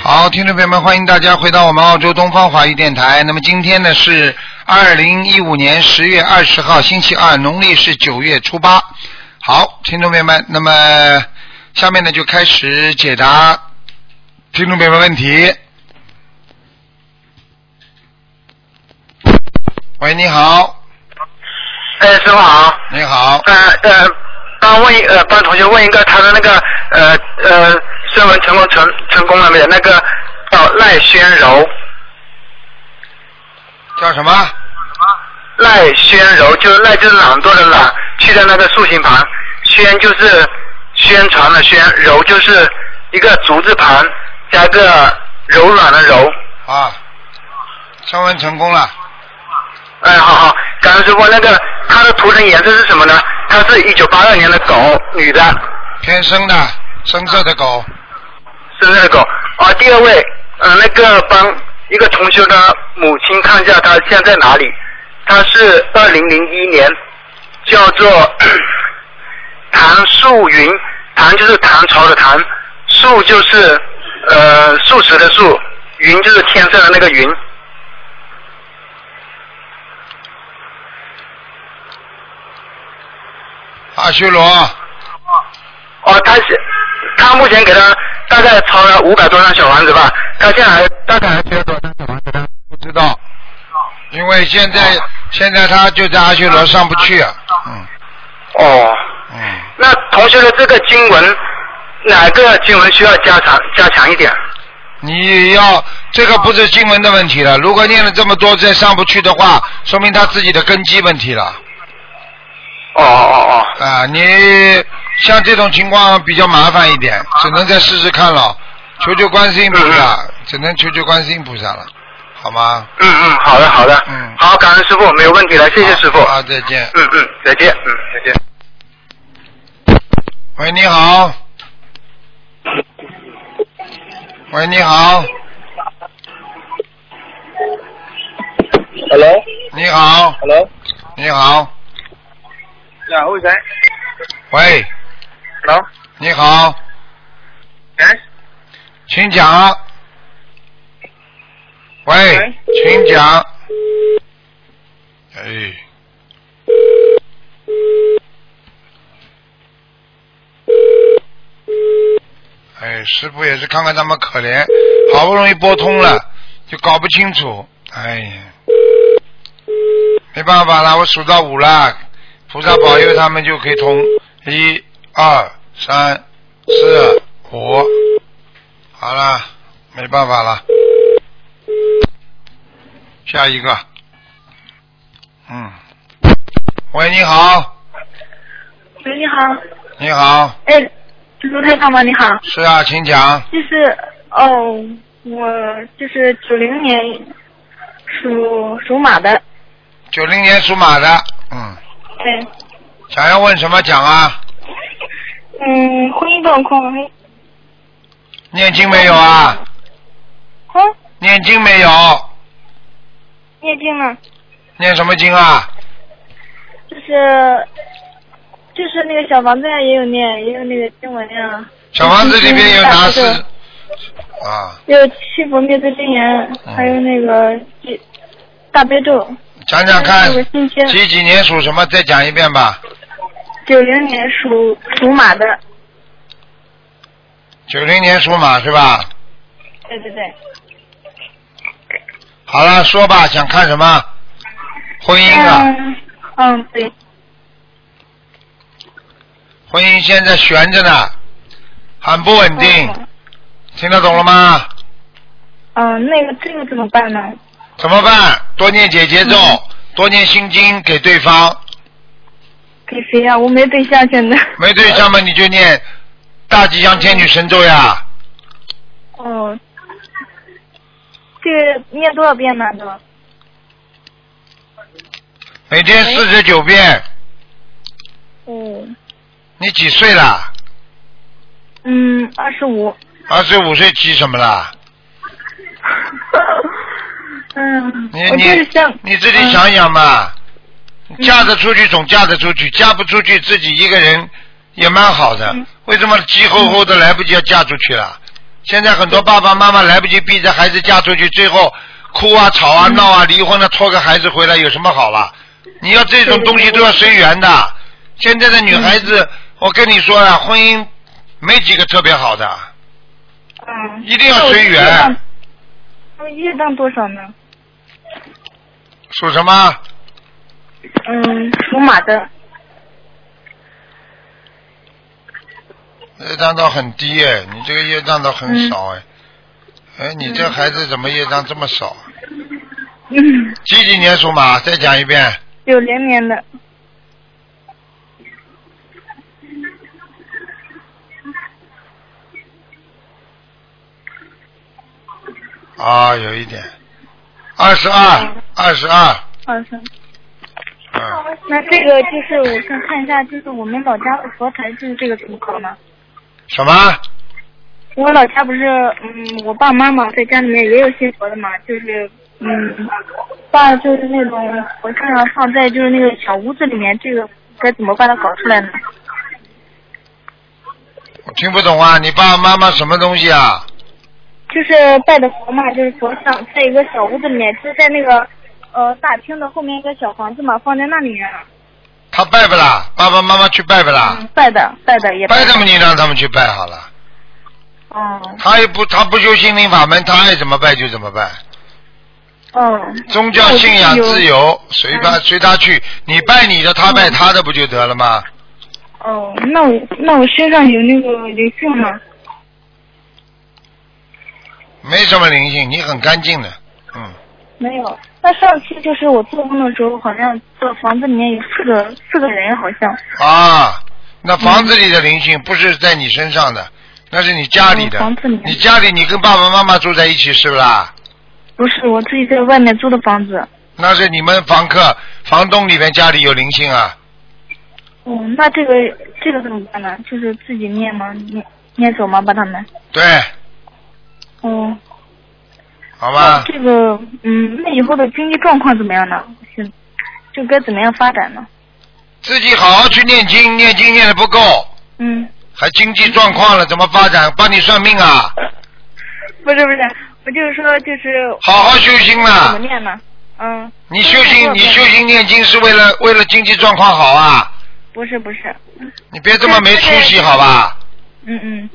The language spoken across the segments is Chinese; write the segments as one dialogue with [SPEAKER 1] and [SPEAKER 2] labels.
[SPEAKER 1] 好，听众朋友们，欢迎大家回到我们澳洲东方华语电台。那么今天呢是二零一五年十月二十号，星期二，农历是九月初八。好，听众朋友们，那么下面呢就开始解答听众朋友们问题。喂，你好，
[SPEAKER 2] 哎，师傅好，
[SPEAKER 1] 你好，
[SPEAKER 2] 呃呃，帮问一呃帮同学问一个他的那个呃呃论文成功成成功了没有？那个叫、赖宣柔，
[SPEAKER 1] 叫什么？
[SPEAKER 2] 赖宣柔就是赖就是懒惰的懒，去掉那个竖心旁，宣就是宣传的宣，柔就是一个竹字旁加个柔软的柔。
[SPEAKER 1] 啊，升温成功了。
[SPEAKER 2] 哎，好好，刚刚师傅那个他的图腾颜色是什么呢？他是一九八二年的狗，女的。
[SPEAKER 1] 偏深的，深色的狗，
[SPEAKER 2] 是那个啊，第二位，呃，那个帮一个同学的母亲看一下她现在在哪里。她是二零零一年，叫做唐素云，唐就是唐朝的唐，素就是呃素食的素，云就是天色的那个云。
[SPEAKER 1] 阿啊修罗，
[SPEAKER 2] 哦，他是他目前给他大概抄了五百多张小房子吧，他现在还大概还缺多少张小房子呢？
[SPEAKER 1] 不知道，因为现在现在他就在阿修
[SPEAKER 2] 啊
[SPEAKER 1] 罗上不去，嗯
[SPEAKER 2] 哦，
[SPEAKER 1] 嗯，
[SPEAKER 2] 那同学的这个经文，哪个经文需要加强加强一点？
[SPEAKER 1] 你要这个不是经文的问题了，如果念了这么多再上不去的话，说明他自己的根基问题了
[SPEAKER 2] 哦哦哦
[SPEAKER 1] 啊！你像这种情况比较麻烦一点，只能再试试看了，求求观世音菩萨，只能求求观世音菩萨了，好吗？
[SPEAKER 2] 嗯嗯，好的好的，
[SPEAKER 1] 嗯
[SPEAKER 2] 好，感恩师傅，没有问题了，谢谢师傅，
[SPEAKER 1] 啊，再见。
[SPEAKER 2] 嗯嗯，再见，嗯再见。
[SPEAKER 1] 喂，你好。喂，你好，
[SPEAKER 3] Hello，Hello，
[SPEAKER 1] 你好，你好，
[SPEAKER 3] 呀，好仔
[SPEAKER 1] 喂，
[SPEAKER 3] ，Hello，
[SPEAKER 1] 你好，
[SPEAKER 3] 哎，
[SPEAKER 1] 请讲。喂
[SPEAKER 3] 喂，
[SPEAKER 1] 请讲。哎，哎，师傅也是看看他们可怜，好不容易拨通了，就搞不清楚，哎呀，没办法了，我数到五了，菩萨保佑他们就可以通，一、二、三、四、五。好了，没办法了，下一个。嗯，喂，你好，
[SPEAKER 4] 喂，你好，
[SPEAKER 1] 你好，
[SPEAKER 4] 哎，卢台长吗？你好，
[SPEAKER 1] 是啊，请讲。
[SPEAKER 4] 就是哦，我就是九零年属属马的，
[SPEAKER 1] 九零年属马的，嗯，
[SPEAKER 4] 哎，
[SPEAKER 1] 想要问什么讲啊？
[SPEAKER 4] 嗯，婚姻状况还
[SPEAKER 1] 念经没有啊？
[SPEAKER 4] 好，
[SPEAKER 1] 念经没有？
[SPEAKER 4] 哦念经呢，
[SPEAKER 1] 念什么经啊？
[SPEAKER 4] 就是就是那个小房子呀，也有念，也有那个经文呀，
[SPEAKER 1] 小房子里面有哪四
[SPEAKER 4] 嗯嗯？
[SPEAKER 1] 啊，
[SPEAKER 4] 也有七佛灭罪真言，
[SPEAKER 1] 嗯
[SPEAKER 4] 还有那个大悲咒，
[SPEAKER 1] 讲讲看
[SPEAKER 4] 还有，那个心经。
[SPEAKER 1] 几几年属什么？再讲一遍吧。
[SPEAKER 4] 九零年属属马的，
[SPEAKER 1] 九零年属马是吧？
[SPEAKER 4] 对对对，
[SPEAKER 1] 好了，说吧，想看什么？婚姻啊，
[SPEAKER 4] 嗯嗯对。
[SPEAKER 1] 婚姻现在悬着呢，很不稳定，听得懂了吗？
[SPEAKER 4] 嗯、那个这个怎么办呢？
[SPEAKER 1] 怎么办？多念姐姐咒，
[SPEAKER 4] 嗯
[SPEAKER 1] 多念心经给对方。
[SPEAKER 4] 给谁呀、我没对象，现在。
[SPEAKER 1] 没对象嘛，你就念大吉祥天女神咒呀，
[SPEAKER 4] 哦，这个念多少遍呢？都？
[SPEAKER 1] 每天
[SPEAKER 4] 嗯
[SPEAKER 1] 四十九遍。
[SPEAKER 4] 哦，
[SPEAKER 1] 你几岁啦？
[SPEAKER 4] 嗯，二十五。
[SPEAKER 1] 二十五岁急什么啦？
[SPEAKER 4] 嗯，
[SPEAKER 1] 你
[SPEAKER 4] 我就是嗯
[SPEAKER 1] 你
[SPEAKER 4] 想
[SPEAKER 1] 你自己想想嘛，
[SPEAKER 4] 嗯
[SPEAKER 1] 嫁得出去总嫁得出去，嫁不出去自己一个人也蛮好的
[SPEAKER 4] 嗯。
[SPEAKER 1] 为什么急吼吼的来不及要嫁出去了？现在很多爸爸妈妈来不及逼着孩子嫁出去，最后哭啊、吵
[SPEAKER 4] 嗯
[SPEAKER 1] 啊、闹啊、离婚了，拖个孩子回来有什么好啦？你要这种东西都要随缘的。现在的女孩子，
[SPEAKER 4] 嗯
[SPEAKER 1] 我跟你说啊，婚姻没几个特别好的，
[SPEAKER 4] 嗯，
[SPEAKER 1] 一定要随缘
[SPEAKER 4] 那我业障。那么业障多少呢？
[SPEAKER 1] 属什么？
[SPEAKER 4] 嗯，属马的。
[SPEAKER 1] 业障倒很低哎，你这个业障倒很少哎。哎，你这孩子怎么业障这么少？啊
[SPEAKER 4] 嗯，
[SPEAKER 1] 几几年属马？再讲一遍。
[SPEAKER 4] 九零年的。
[SPEAKER 1] 啊，有一点。二十二，二十二。
[SPEAKER 4] 二三。
[SPEAKER 1] 嗯，
[SPEAKER 4] 那这个就是我想看一下，就是我们老家的佛台是这个怎么搞呢？
[SPEAKER 1] 什么？
[SPEAKER 4] 我老家不是，嗯，我爸妈嘛，在家里面也有信佛的嘛，就是，嗯，爸就是那种佛像啊，放在就是那个小屋子里面，这个该怎么把它搞出来呢？
[SPEAKER 1] 我听不懂啊！你爸爸妈妈什么东西啊？
[SPEAKER 4] 就是拜的佛嘛，就是佛像，在一个小屋子里面，就在那个呃大厅的后面一个小房子嘛，放在那里
[SPEAKER 1] 啊
[SPEAKER 4] 面。
[SPEAKER 1] 他拜不啦？爸爸妈妈去拜不啦？
[SPEAKER 4] 嗯，拜的，拜的也
[SPEAKER 1] 拜他们，你让他们去拜好了。
[SPEAKER 4] 嗯
[SPEAKER 1] 他也不，他不修心灵法门，他爱怎么拜就怎么拜。
[SPEAKER 4] 嗯。
[SPEAKER 1] 宗教信仰自
[SPEAKER 4] 由。
[SPEAKER 1] 由，随他随他去，你拜你的，他拜他的，不就得了吗？
[SPEAKER 4] 哦，那我那我身上有那个灵性吗？
[SPEAKER 1] 没什么灵性，你很干净的，嗯，
[SPEAKER 4] 没有。那上期就是我做梦的时候，好像这房子里面有四个四个人，好像。
[SPEAKER 1] 啊，那
[SPEAKER 4] 嗯
[SPEAKER 1] 房子里的灵性不是在你身上的，那是你家里的
[SPEAKER 4] 嗯房子里，面
[SPEAKER 1] 你家里你跟爸爸妈妈住在一起是不啦？
[SPEAKER 4] 不是，我自己在外面租的房子。
[SPEAKER 1] 那是你们房客、房东里面家里有灵性啊，
[SPEAKER 4] 哦，那这个这个怎么办呢？就是自己念吗？念念走吗？把他们。
[SPEAKER 1] 对，
[SPEAKER 4] 哦。
[SPEAKER 1] 好吗？
[SPEAKER 4] 这个，嗯，那以后的经济状况怎么样呢？是，就该怎么样发展呢？
[SPEAKER 1] 自己好好去念经，念经念的不够，
[SPEAKER 4] 嗯，
[SPEAKER 1] 还经济状况了，怎么发展？帮你算命啊？
[SPEAKER 4] 不是不是，我就是说就是
[SPEAKER 1] 好好修心
[SPEAKER 4] 怎
[SPEAKER 1] 啦
[SPEAKER 4] 么！念呢？嗯。
[SPEAKER 1] 你修心，你修心念经是为了为了经济状况好啊！
[SPEAKER 4] 不是不是，
[SPEAKER 1] 你别这么没出息，好吧？
[SPEAKER 4] 嗯嗯，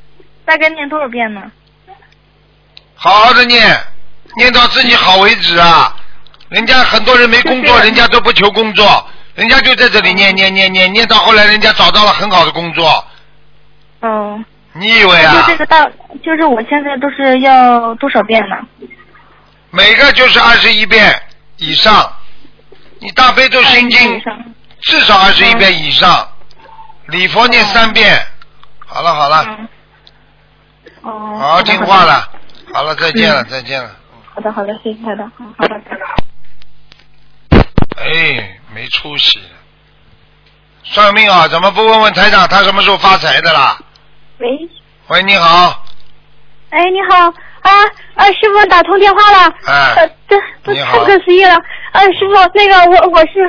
[SPEAKER 4] 大概念多少遍呢？
[SPEAKER 1] 好好的念，念到自己好为止啊！人家很多人没工作，
[SPEAKER 4] 对
[SPEAKER 1] 人家都不求工作，人家就在这里念念念念念到后来，人家找到了很好的工作。
[SPEAKER 4] 哦，
[SPEAKER 1] 你以为
[SPEAKER 4] 就
[SPEAKER 1] 啊
[SPEAKER 4] 这？个大，就是我现在都是要多少遍呢？
[SPEAKER 1] 每个就是二十一遍以上，你大悲咒心经
[SPEAKER 4] 上。
[SPEAKER 1] 至少二十一遍以上，礼佛念三
[SPEAKER 4] 哦
[SPEAKER 1] 遍。好了好了，
[SPEAKER 4] 嗯。哦。
[SPEAKER 1] 好好听
[SPEAKER 4] 的
[SPEAKER 1] 话。了。好了，再见了，
[SPEAKER 4] 嗯
[SPEAKER 1] 再见了。
[SPEAKER 4] 好的好的，谢谢台长。嗯好的。拜拜
[SPEAKER 1] 哎，没出息。算命啊，怎么不问问台长他什么时候发财的啦？
[SPEAKER 5] 喂，
[SPEAKER 1] 喂，你好，
[SPEAKER 5] 哎，你好啊啊，师傅打通电话了，呃
[SPEAKER 1] 哎，，
[SPEAKER 5] 这这
[SPEAKER 1] 你
[SPEAKER 5] 太
[SPEAKER 1] 好
[SPEAKER 5] 不可思议了，呃，师傅那个我我是，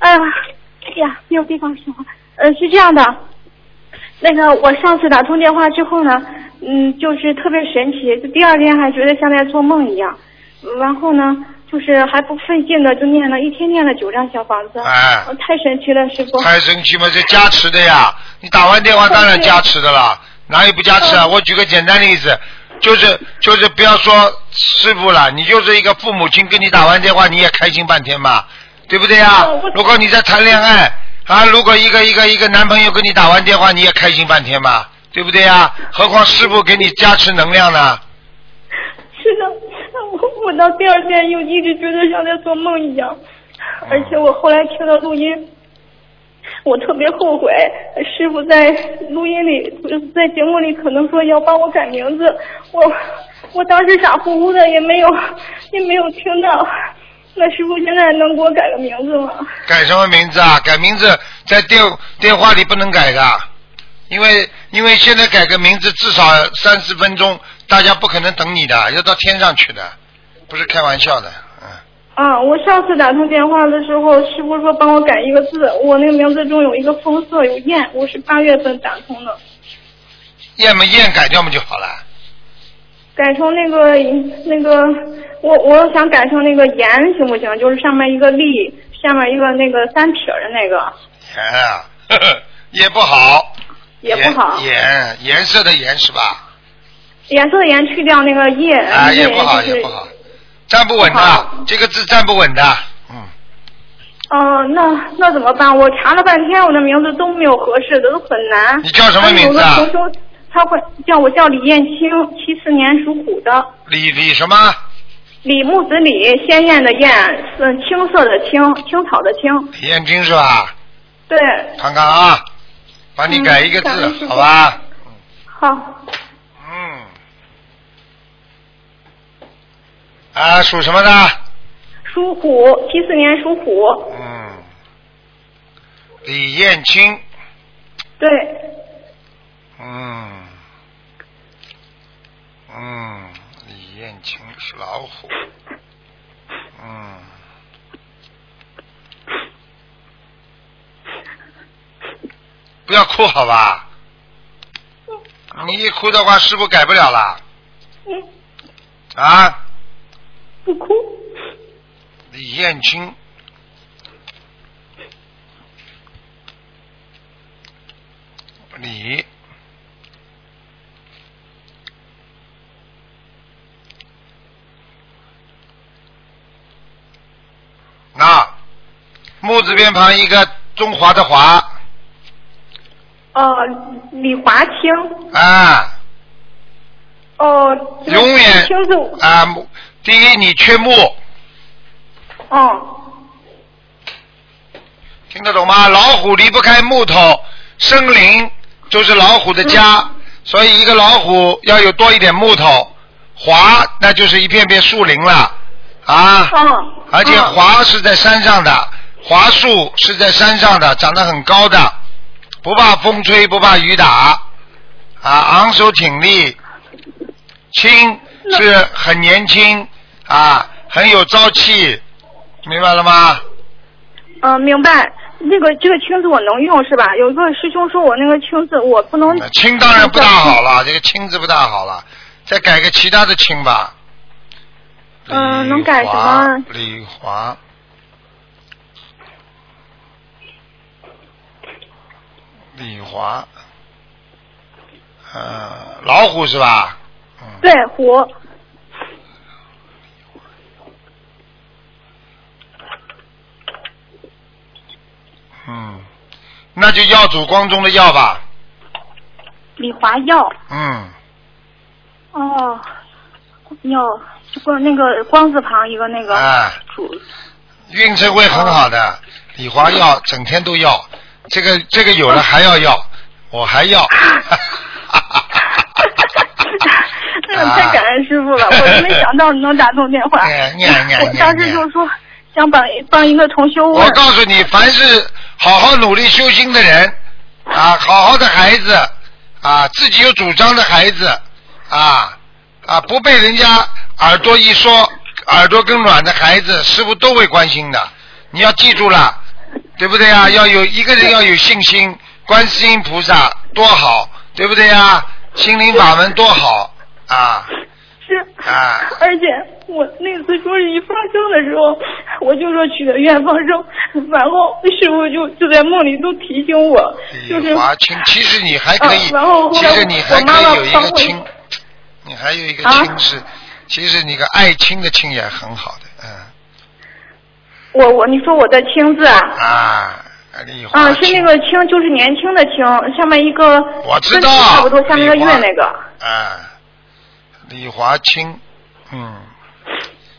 [SPEAKER 5] 呃，哎呀，没有地方说话，呃，是这样的，那个我上次打通电话之后呢，嗯，就是特别神奇，就第二天还觉得像在做梦一样，然后呢，就是还不费劲的就念了一天念了九张小房子，
[SPEAKER 1] 哎
[SPEAKER 5] 呃太神奇了，师傅，
[SPEAKER 1] 太神奇嘛，这加持的呀。你打完电话当然加持的啦，哪有不加
[SPEAKER 5] 哦
[SPEAKER 1] 持啊？我举个简单例子，就是就是不要说师傅了，你就是一个父母亲跟你打完电话，你也开心半天嘛，对不对呀
[SPEAKER 5] 哦我？
[SPEAKER 1] 如果你在谈恋爱啊，如果一个一个一个男朋友跟你打完电话，你也开心半天嘛，对不对呀？何况师傅给你加持能量呢？
[SPEAKER 5] 是的，我我到第二天又一直觉得像在做梦一样，而且我后来听到录音，我特别后悔，师傅在录音里就是在节目里可能说要帮我改名字，我我当时傻乎乎的也没有也没有听到，那师傅现在能给我改个名字吗？
[SPEAKER 1] 改什么名字啊？改名字在电电话里不能改的，啊因为因为现在改个名字至少三四分钟，大家不可能等你的，要到天上去的，不是开玩笑的。嗯，
[SPEAKER 5] 啊，我上次打通电话的时候，师傅说帮我改一个字，我那个名字中有一个风色有燕，我是八月份打通的。
[SPEAKER 1] 验嘛验改掉嘛就好了。
[SPEAKER 5] 改成那个那个，我我想改成那个盐行不行？就是上面一个立，下面一个那个三撇儿的那个，
[SPEAKER 1] 盐啊，呵呵也不好，
[SPEAKER 5] 也不好。
[SPEAKER 1] 颜颜颜色的颜是吧？
[SPEAKER 5] 颜色的颜去掉那个叶，
[SPEAKER 1] 啊，
[SPEAKER 5] 叶
[SPEAKER 1] 也不好，
[SPEAKER 5] 就是
[SPEAKER 1] 也不好，站不稳
[SPEAKER 5] 不
[SPEAKER 1] 的
[SPEAKER 5] 好，
[SPEAKER 1] 这个字站不稳的，嗯，
[SPEAKER 5] 嗯、那那怎么办？我查了半天，我的名字都没有合适的，都很难。
[SPEAKER 1] 你叫什么名字啊
[SPEAKER 5] 还有个同修他会叫我叫李艳青，七四年属虎的，
[SPEAKER 1] 李李什么？
[SPEAKER 5] 李木子李，鲜艳的艳，是青色的青，青草的青。
[SPEAKER 1] 李彦军是吧？
[SPEAKER 5] 对，
[SPEAKER 1] 看看啊，帮你
[SPEAKER 5] 嗯
[SPEAKER 1] 改一个
[SPEAKER 5] 感恩师
[SPEAKER 1] 字，
[SPEAKER 5] 傅
[SPEAKER 1] 好吧？
[SPEAKER 5] 好，
[SPEAKER 1] 嗯。啊，属什么的？
[SPEAKER 5] 属虎，七四年属虎。
[SPEAKER 1] 嗯，李彦青，
[SPEAKER 5] 对，
[SPEAKER 1] 嗯，嗯，李彦青是老虎，嗯，不要哭好吧？你一哭的话，师傅改不了啦。
[SPEAKER 5] 嗯，
[SPEAKER 1] 啊，
[SPEAKER 5] 不哭。
[SPEAKER 1] 李彦青，李那木字边旁一个中华的华
[SPEAKER 5] 哦、李华清。
[SPEAKER 1] 啊，
[SPEAKER 5] 哦、这个
[SPEAKER 1] 永远
[SPEAKER 5] 清字。
[SPEAKER 1] 啊，木第一你缺木，
[SPEAKER 5] 嗯。
[SPEAKER 1] 听得懂吗？老虎离不开木头，森林就是老虎的家，所以一个老虎要有多一点木头，华那就是一片片树林了啊。
[SPEAKER 5] 嗯。
[SPEAKER 1] 而且
[SPEAKER 5] 嗯
[SPEAKER 1] 华是在山上的，华树是在山上的，长得很高的，不怕风吹，不怕雨打，啊，昂首挺立，青是很年轻啊，很有朝气，明白了吗？
[SPEAKER 5] 嗯，明白。那个这个青字我能用是吧？有一个师兄说我那个青字我不能
[SPEAKER 1] 那。青当然不大好了，这个青字不大好了，再改个其他的青吧。
[SPEAKER 5] 嗯能改什么
[SPEAKER 1] 李华。李华。李华。呃，老虎是吧？嗯。
[SPEAKER 5] 对，虎。
[SPEAKER 1] 嗯，那就耀祖光宗的耀吧。
[SPEAKER 5] 李华耀。
[SPEAKER 1] 嗯，
[SPEAKER 5] 哦。耀，光那个光字旁一个那个。
[SPEAKER 1] 哎
[SPEAKER 5] 主。
[SPEAKER 1] 运程会很好的。李华要，整天都要，这个这个有了还要要，我还 要。
[SPEAKER 5] 哎呀，太感恩师傅了！我都没想到你能打通电话。
[SPEAKER 1] 哎念念
[SPEAKER 5] 我当时
[SPEAKER 1] 念
[SPEAKER 5] 就说想帮帮一个同修问
[SPEAKER 1] 我。告诉你，凡是好好努力修心的人，啊，好好的孩子，啊，自己有主张的孩子，啊啊，不被人家耳朵一说，耳朵根软的孩子，师傅都会关心的。你要记住了，对不对啊？要有一个人要有信心，观世音菩萨多好，对不对啊？心灵法门多好啊！
[SPEAKER 5] 是
[SPEAKER 1] 啊
[SPEAKER 5] 而且我那次说是一放生的时候，我就说许的愿放生，然后师傅就就在梦里都提醒我，就
[SPEAKER 1] 李
[SPEAKER 5] 是
[SPEAKER 1] 哎华清，其实你还可以，
[SPEAKER 5] 嗯然后后
[SPEAKER 1] 其
[SPEAKER 5] 来
[SPEAKER 1] 实你还
[SPEAKER 5] 我妈妈
[SPEAKER 1] 可以有一
[SPEAKER 5] 帮
[SPEAKER 1] 个
[SPEAKER 5] 我
[SPEAKER 1] 亲，你还有一个
[SPEAKER 5] 啊
[SPEAKER 1] 亲是，其实你个爱亲的亲也很好的，嗯
[SPEAKER 5] 我我你说我的青字啊，
[SPEAKER 1] 啊，李华
[SPEAKER 5] 啊
[SPEAKER 1] 清，
[SPEAKER 5] 是那个青，就是年轻的青，下面一个
[SPEAKER 1] 我知道
[SPEAKER 5] 跟青差不多，下面一个
[SPEAKER 1] 李华
[SPEAKER 5] 月那个，
[SPEAKER 1] 啊，李华清，嗯，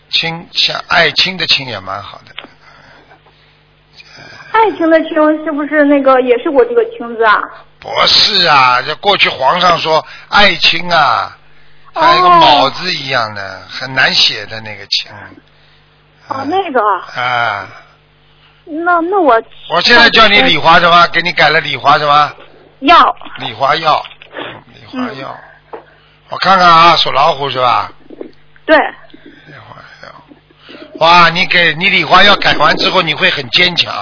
[SPEAKER 1] 亲像爱亲的亲也蛮好的，
[SPEAKER 5] 爱情的情是不是那个也是我这个青字啊？
[SPEAKER 1] 不是啊，这过去皇上说爱卿啊，还有个
[SPEAKER 5] 哦
[SPEAKER 1] 卯字一样的，很难写的那个卿。
[SPEAKER 5] 哦
[SPEAKER 1] 嗯，
[SPEAKER 5] 那个，
[SPEAKER 1] 啊，
[SPEAKER 5] 那那我
[SPEAKER 1] 我现在叫你李华什么？给你改了李华什么？
[SPEAKER 5] 要
[SPEAKER 1] 李华耀，嗯李华耀。我看看啊，属老虎是吧？
[SPEAKER 5] 对，
[SPEAKER 1] 李华耀。哇，你给你李华耀改完之后，你会很坚强，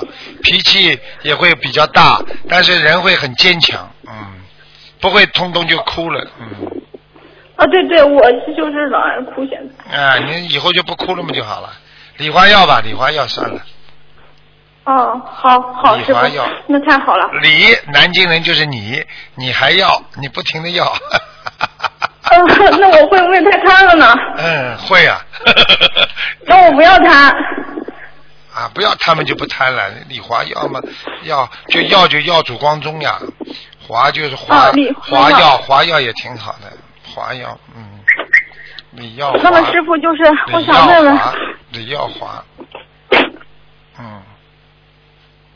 [SPEAKER 1] 脾气也会比较大，但是人会很坚强，嗯，不会通通就哭了，嗯。
[SPEAKER 6] 啊，对对，我就是老爱哭，现在。
[SPEAKER 1] 啊，你以后就不哭了嘛就好了。礼花药吧，礼花药算了。
[SPEAKER 6] 哦，好好
[SPEAKER 1] 礼
[SPEAKER 6] 师傅
[SPEAKER 1] 花药，
[SPEAKER 6] 那太好了。
[SPEAKER 1] 礼，南京人就是你，你还要，你不停的要。
[SPEAKER 6] 嗯、
[SPEAKER 5] 呃
[SPEAKER 6] 那我会不会太贪了呢？
[SPEAKER 1] 嗯，会啊。
[SPEAKER 6] 那我不要贪。
[SPEAKER 1] 啊，不要他们就不贪了。李华要么要就要就要主光宗呀，华就是华、
[SPEAKER 6] 啊李
[SPEAKER 1] 华
[SPEAKER 6] 华药
[SPEAKER 1] 药，华药也挺好的，华药嗯，李耀华。
[SPEAKER 6] 那么师傅就是，我
[SPEAKER 1] 李耀
[SPEAKER 6] 想问问，
[SPEAKER 1] 华，李耀华，嗯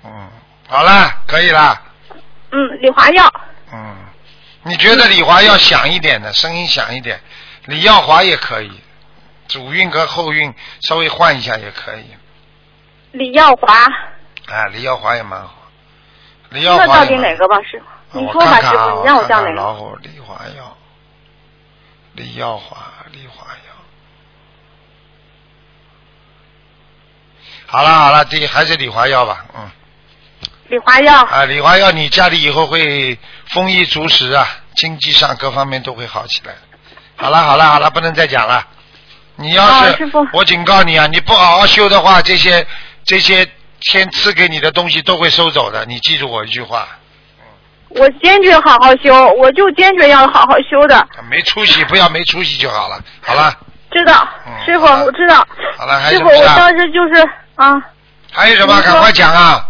[SPEAKER 1] 嗯，好啦，可以啦，
[SPEAKER 6] 嗯，李华药，
[SPEAKER 1] 嗯，你觉得李华要响一点的，声音响一点，李耀华也可以，主韵和后韵稍微换一下也可以。
[SPEAKER 6] 李耀华，
[SPEAKER 1] 啊，李耀华也蛮好。李耀
[SPEAKER 6] 那
[SPEAKER 1] 华
[SPEAKER 6] 到
[SPEAKER 1] 也
[SPEAKER 6] 底
[SPEAKER 1] 蛮
[SPEAKER 6] 哪个吧，师傅？你
[SPEAKER 1] 我
[SPEAKER 6] 说吧，
[SPEAKER 1] 看
[SPEAKER 6] 师
[SPEAKER 1] 看啊，
[SPEAKER 6] 傅，你让我叫
[SPEAKER 1] 看
[SPEAKER 6] 哪
[SPEAKER 1] 看
[SPEAKER 6] 个？
[SPEAKER 1] 老虎李华耀，李耀华，李华耀。好了好了，第还是李华耀吧，嗯
[SPEAKER 6] 李华药，
[SPEAKER 1] 啊，李华耀，你家里以后会丰衣足食啊，经济上各方面都会好起来的。好了好了好了，不能再讲了。你要
[SPEAKER 6] 啊
[SPEAKER 1] 是、
[SPEAKER 6] 师傅
[SPEAKER 1] 我警告你啊，你不好好修的话，这些这些天赐给你的东西都会收走的，你记住我一句话。
[SPEAKER 6] 我坚决好好修，我就坚决要好好修的，
[SPEAKER 1] 没出息，
[SPEAKER 6] 啊
[SPEAKER 1] 不要没出息就好了。好了，
[SPEAKER 6] 知道
[SPEAKER 1] 嗯？
[SPEAKER 6] 师傅，
[SPEAKER 1] 好了
[SPEAKER 6] 我知道。
[SPEAKER 1] 好了还有
[SPEAKER 6] 师
[SPEAKER 1] 什
[SPEAKER 6] 傅，
[SPEAKER 1] 么事
[SPEAKER 6] 我
[SPEAKER 1] 啊
[SPEAKER 6] 当时就是啊，
[SPEAKER 1] 还有什么？
[SPEAKER 6] 你说
[SPEAKER 1] 赶快讲啊！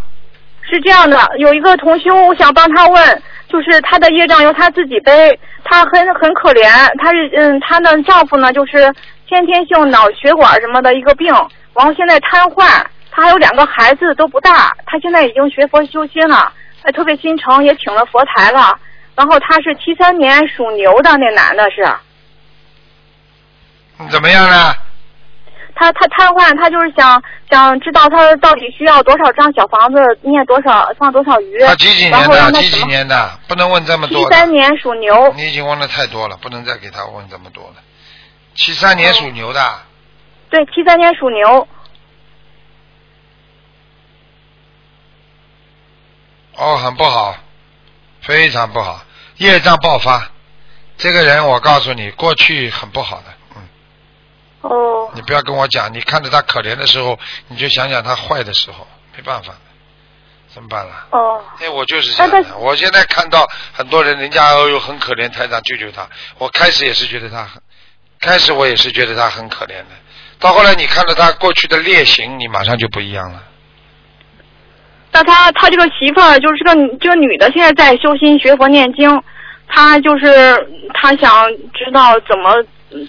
[SPEAKER 6] 是这样的，有一个同修，我想帮他问，就是他的业障由他自己背，他很很可怜，他是嗯，她的丈夫呢就是先天性脑血管什么的一个病，然后现在瘫痪，他还有两个孩子都不大，他现在已经学佛修心了，哎，特别心诚，也请了佛台了，然后他是七三年属牛的那男的是，
[SPEAKER 1] 你嗯怎么样呢？
[SPEAKER 6] 他他瘫痪，他就是想想知道他到底需要多少张小房子，念多少放多少鱼，
[SPEAKER 1] 他几几
[SPEAKER 6] 然
[SPEAKER 1] 年
[SPEAKER 6] 后让
[SPEAKER 1] 的？
[SPEAKER 6] 他
[SPEAKER 1] 几
[SPEAKER 6] 怎
[SPEAKER 1] 几
[SPEAKER 6] 么？
[SPEAKER 1] 年的？不能问这么
[SPEAKER 6] 七
[SPEAKER 1] 多
[SPEAKER 6] 三
[SPEAKER 1] 的。
[SPEAKER 6] 年属牛，
[SPEAKER 1] 你已经问的太多了，不能再给他问这么多了。七三
[SPEAKER 6] 哦
[SPEAKER 1] 年属牛的，
[SPEAKER 6] 对，七三年属牛，
[SPEAKER 1] 哦，很不好，非常不好，业障爆发。这个人，我告诉你，过去很不好的，嗯，
[SPEAKER 6] 哦，
[SPEAKER 1] 你不要跟我讲，你看着他可怜的时候，你就想想他坏的时候，没办法的，怎么办了？
[SPEAKER 6] 哦，
[SPEAKER 1] 哎，我就是这样
[SPEAKER 6] 但
[SPEAKER 1] 的。我现在看到很多人，人家哎呦很可怜，台长救救他。我开始也是觉得他很，开始我也是觉得他很可怜的。到后来你看到他过去的劣行，你马上就不一样了。
[SPEAKER 6] 那他他这个媳妇儿就是这个女这个女的，现在在修心学佛念经，她就是她想知道怎么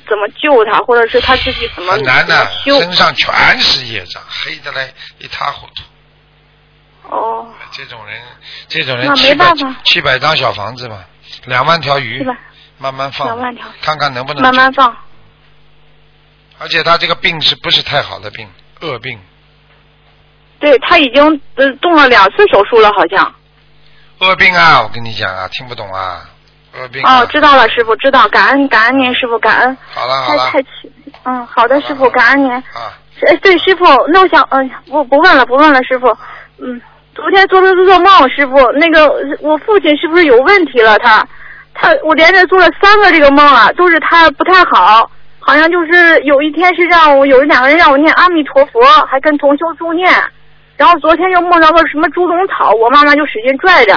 [SPEAKER 6] 怎么救她，或者是她自己怎么
[SPEAKER 1] 很难的，
[SPEAKER 6] 怎么
[SPEAKER 1] 身上全是业障，黑的嘞一塌糊涂。
[SPEAKER 6] 修哦，
[SPEAKER 1] 这种人，这种人
[SPEAKER 6] 那
[SPEAKER 1] 七
[SPEAKER 6] 没
[SPEAKER 1] 百
[SPEAKER 6] 办法
[SPEAKER 1] 七百张小房子嘛，两万条鱼
[SPEAKER 6] 对吧？
[SPEAKER 1] 慢慢放，
[SPEAKER 6] 两万条
[SPEAKER 1] 看看能不能
[SPEAKER 6] 慢慢
[SPEAKER 1] 救。
[SPEAKER 6] 放，
[SPEAKER 1] 而且他这个病是不是太好的病，恶病。
[SPEAKER 6] 对她已经呃动了两次手术了，好像。
[SPEAKER 1] 恶病啊！我跟你讲啊，听不懂啊，恶病、啊。
[SPEAKER 6] 哦，知道了，师傅，知道，感恩感恩您，师傅，感恩。
[SPEAKER 1] 好了好
[SPEAKER 6] 太
[SPEAKER 1] 了
[SPEAKER 6] 太气，嗯，好的，
[SPEAKER 1] 好了
[SPEAKER 6] 师
[SPEAKER 1] 好
[SPEAKER 6] 傅，
[SPEAKER 1] 了
[SPEAKER 6] 感恩您。
[SPEAKER 1] 啊，
[SPEAKER 6] 哎，对，师傅，那我想，嗯、我不问了，不问了，师傅。嗯，昨天做了个噩梦，师傅，那个我父亲是不是有问题了？他，他，我连着做了三个这个梦了，都是他不太好，好像就是有一天是让我有两个人让我念阿弥陀佛，还跟同修助念，然后昨天又梦到个什么猪笼草，我妈妈就使劲拽着，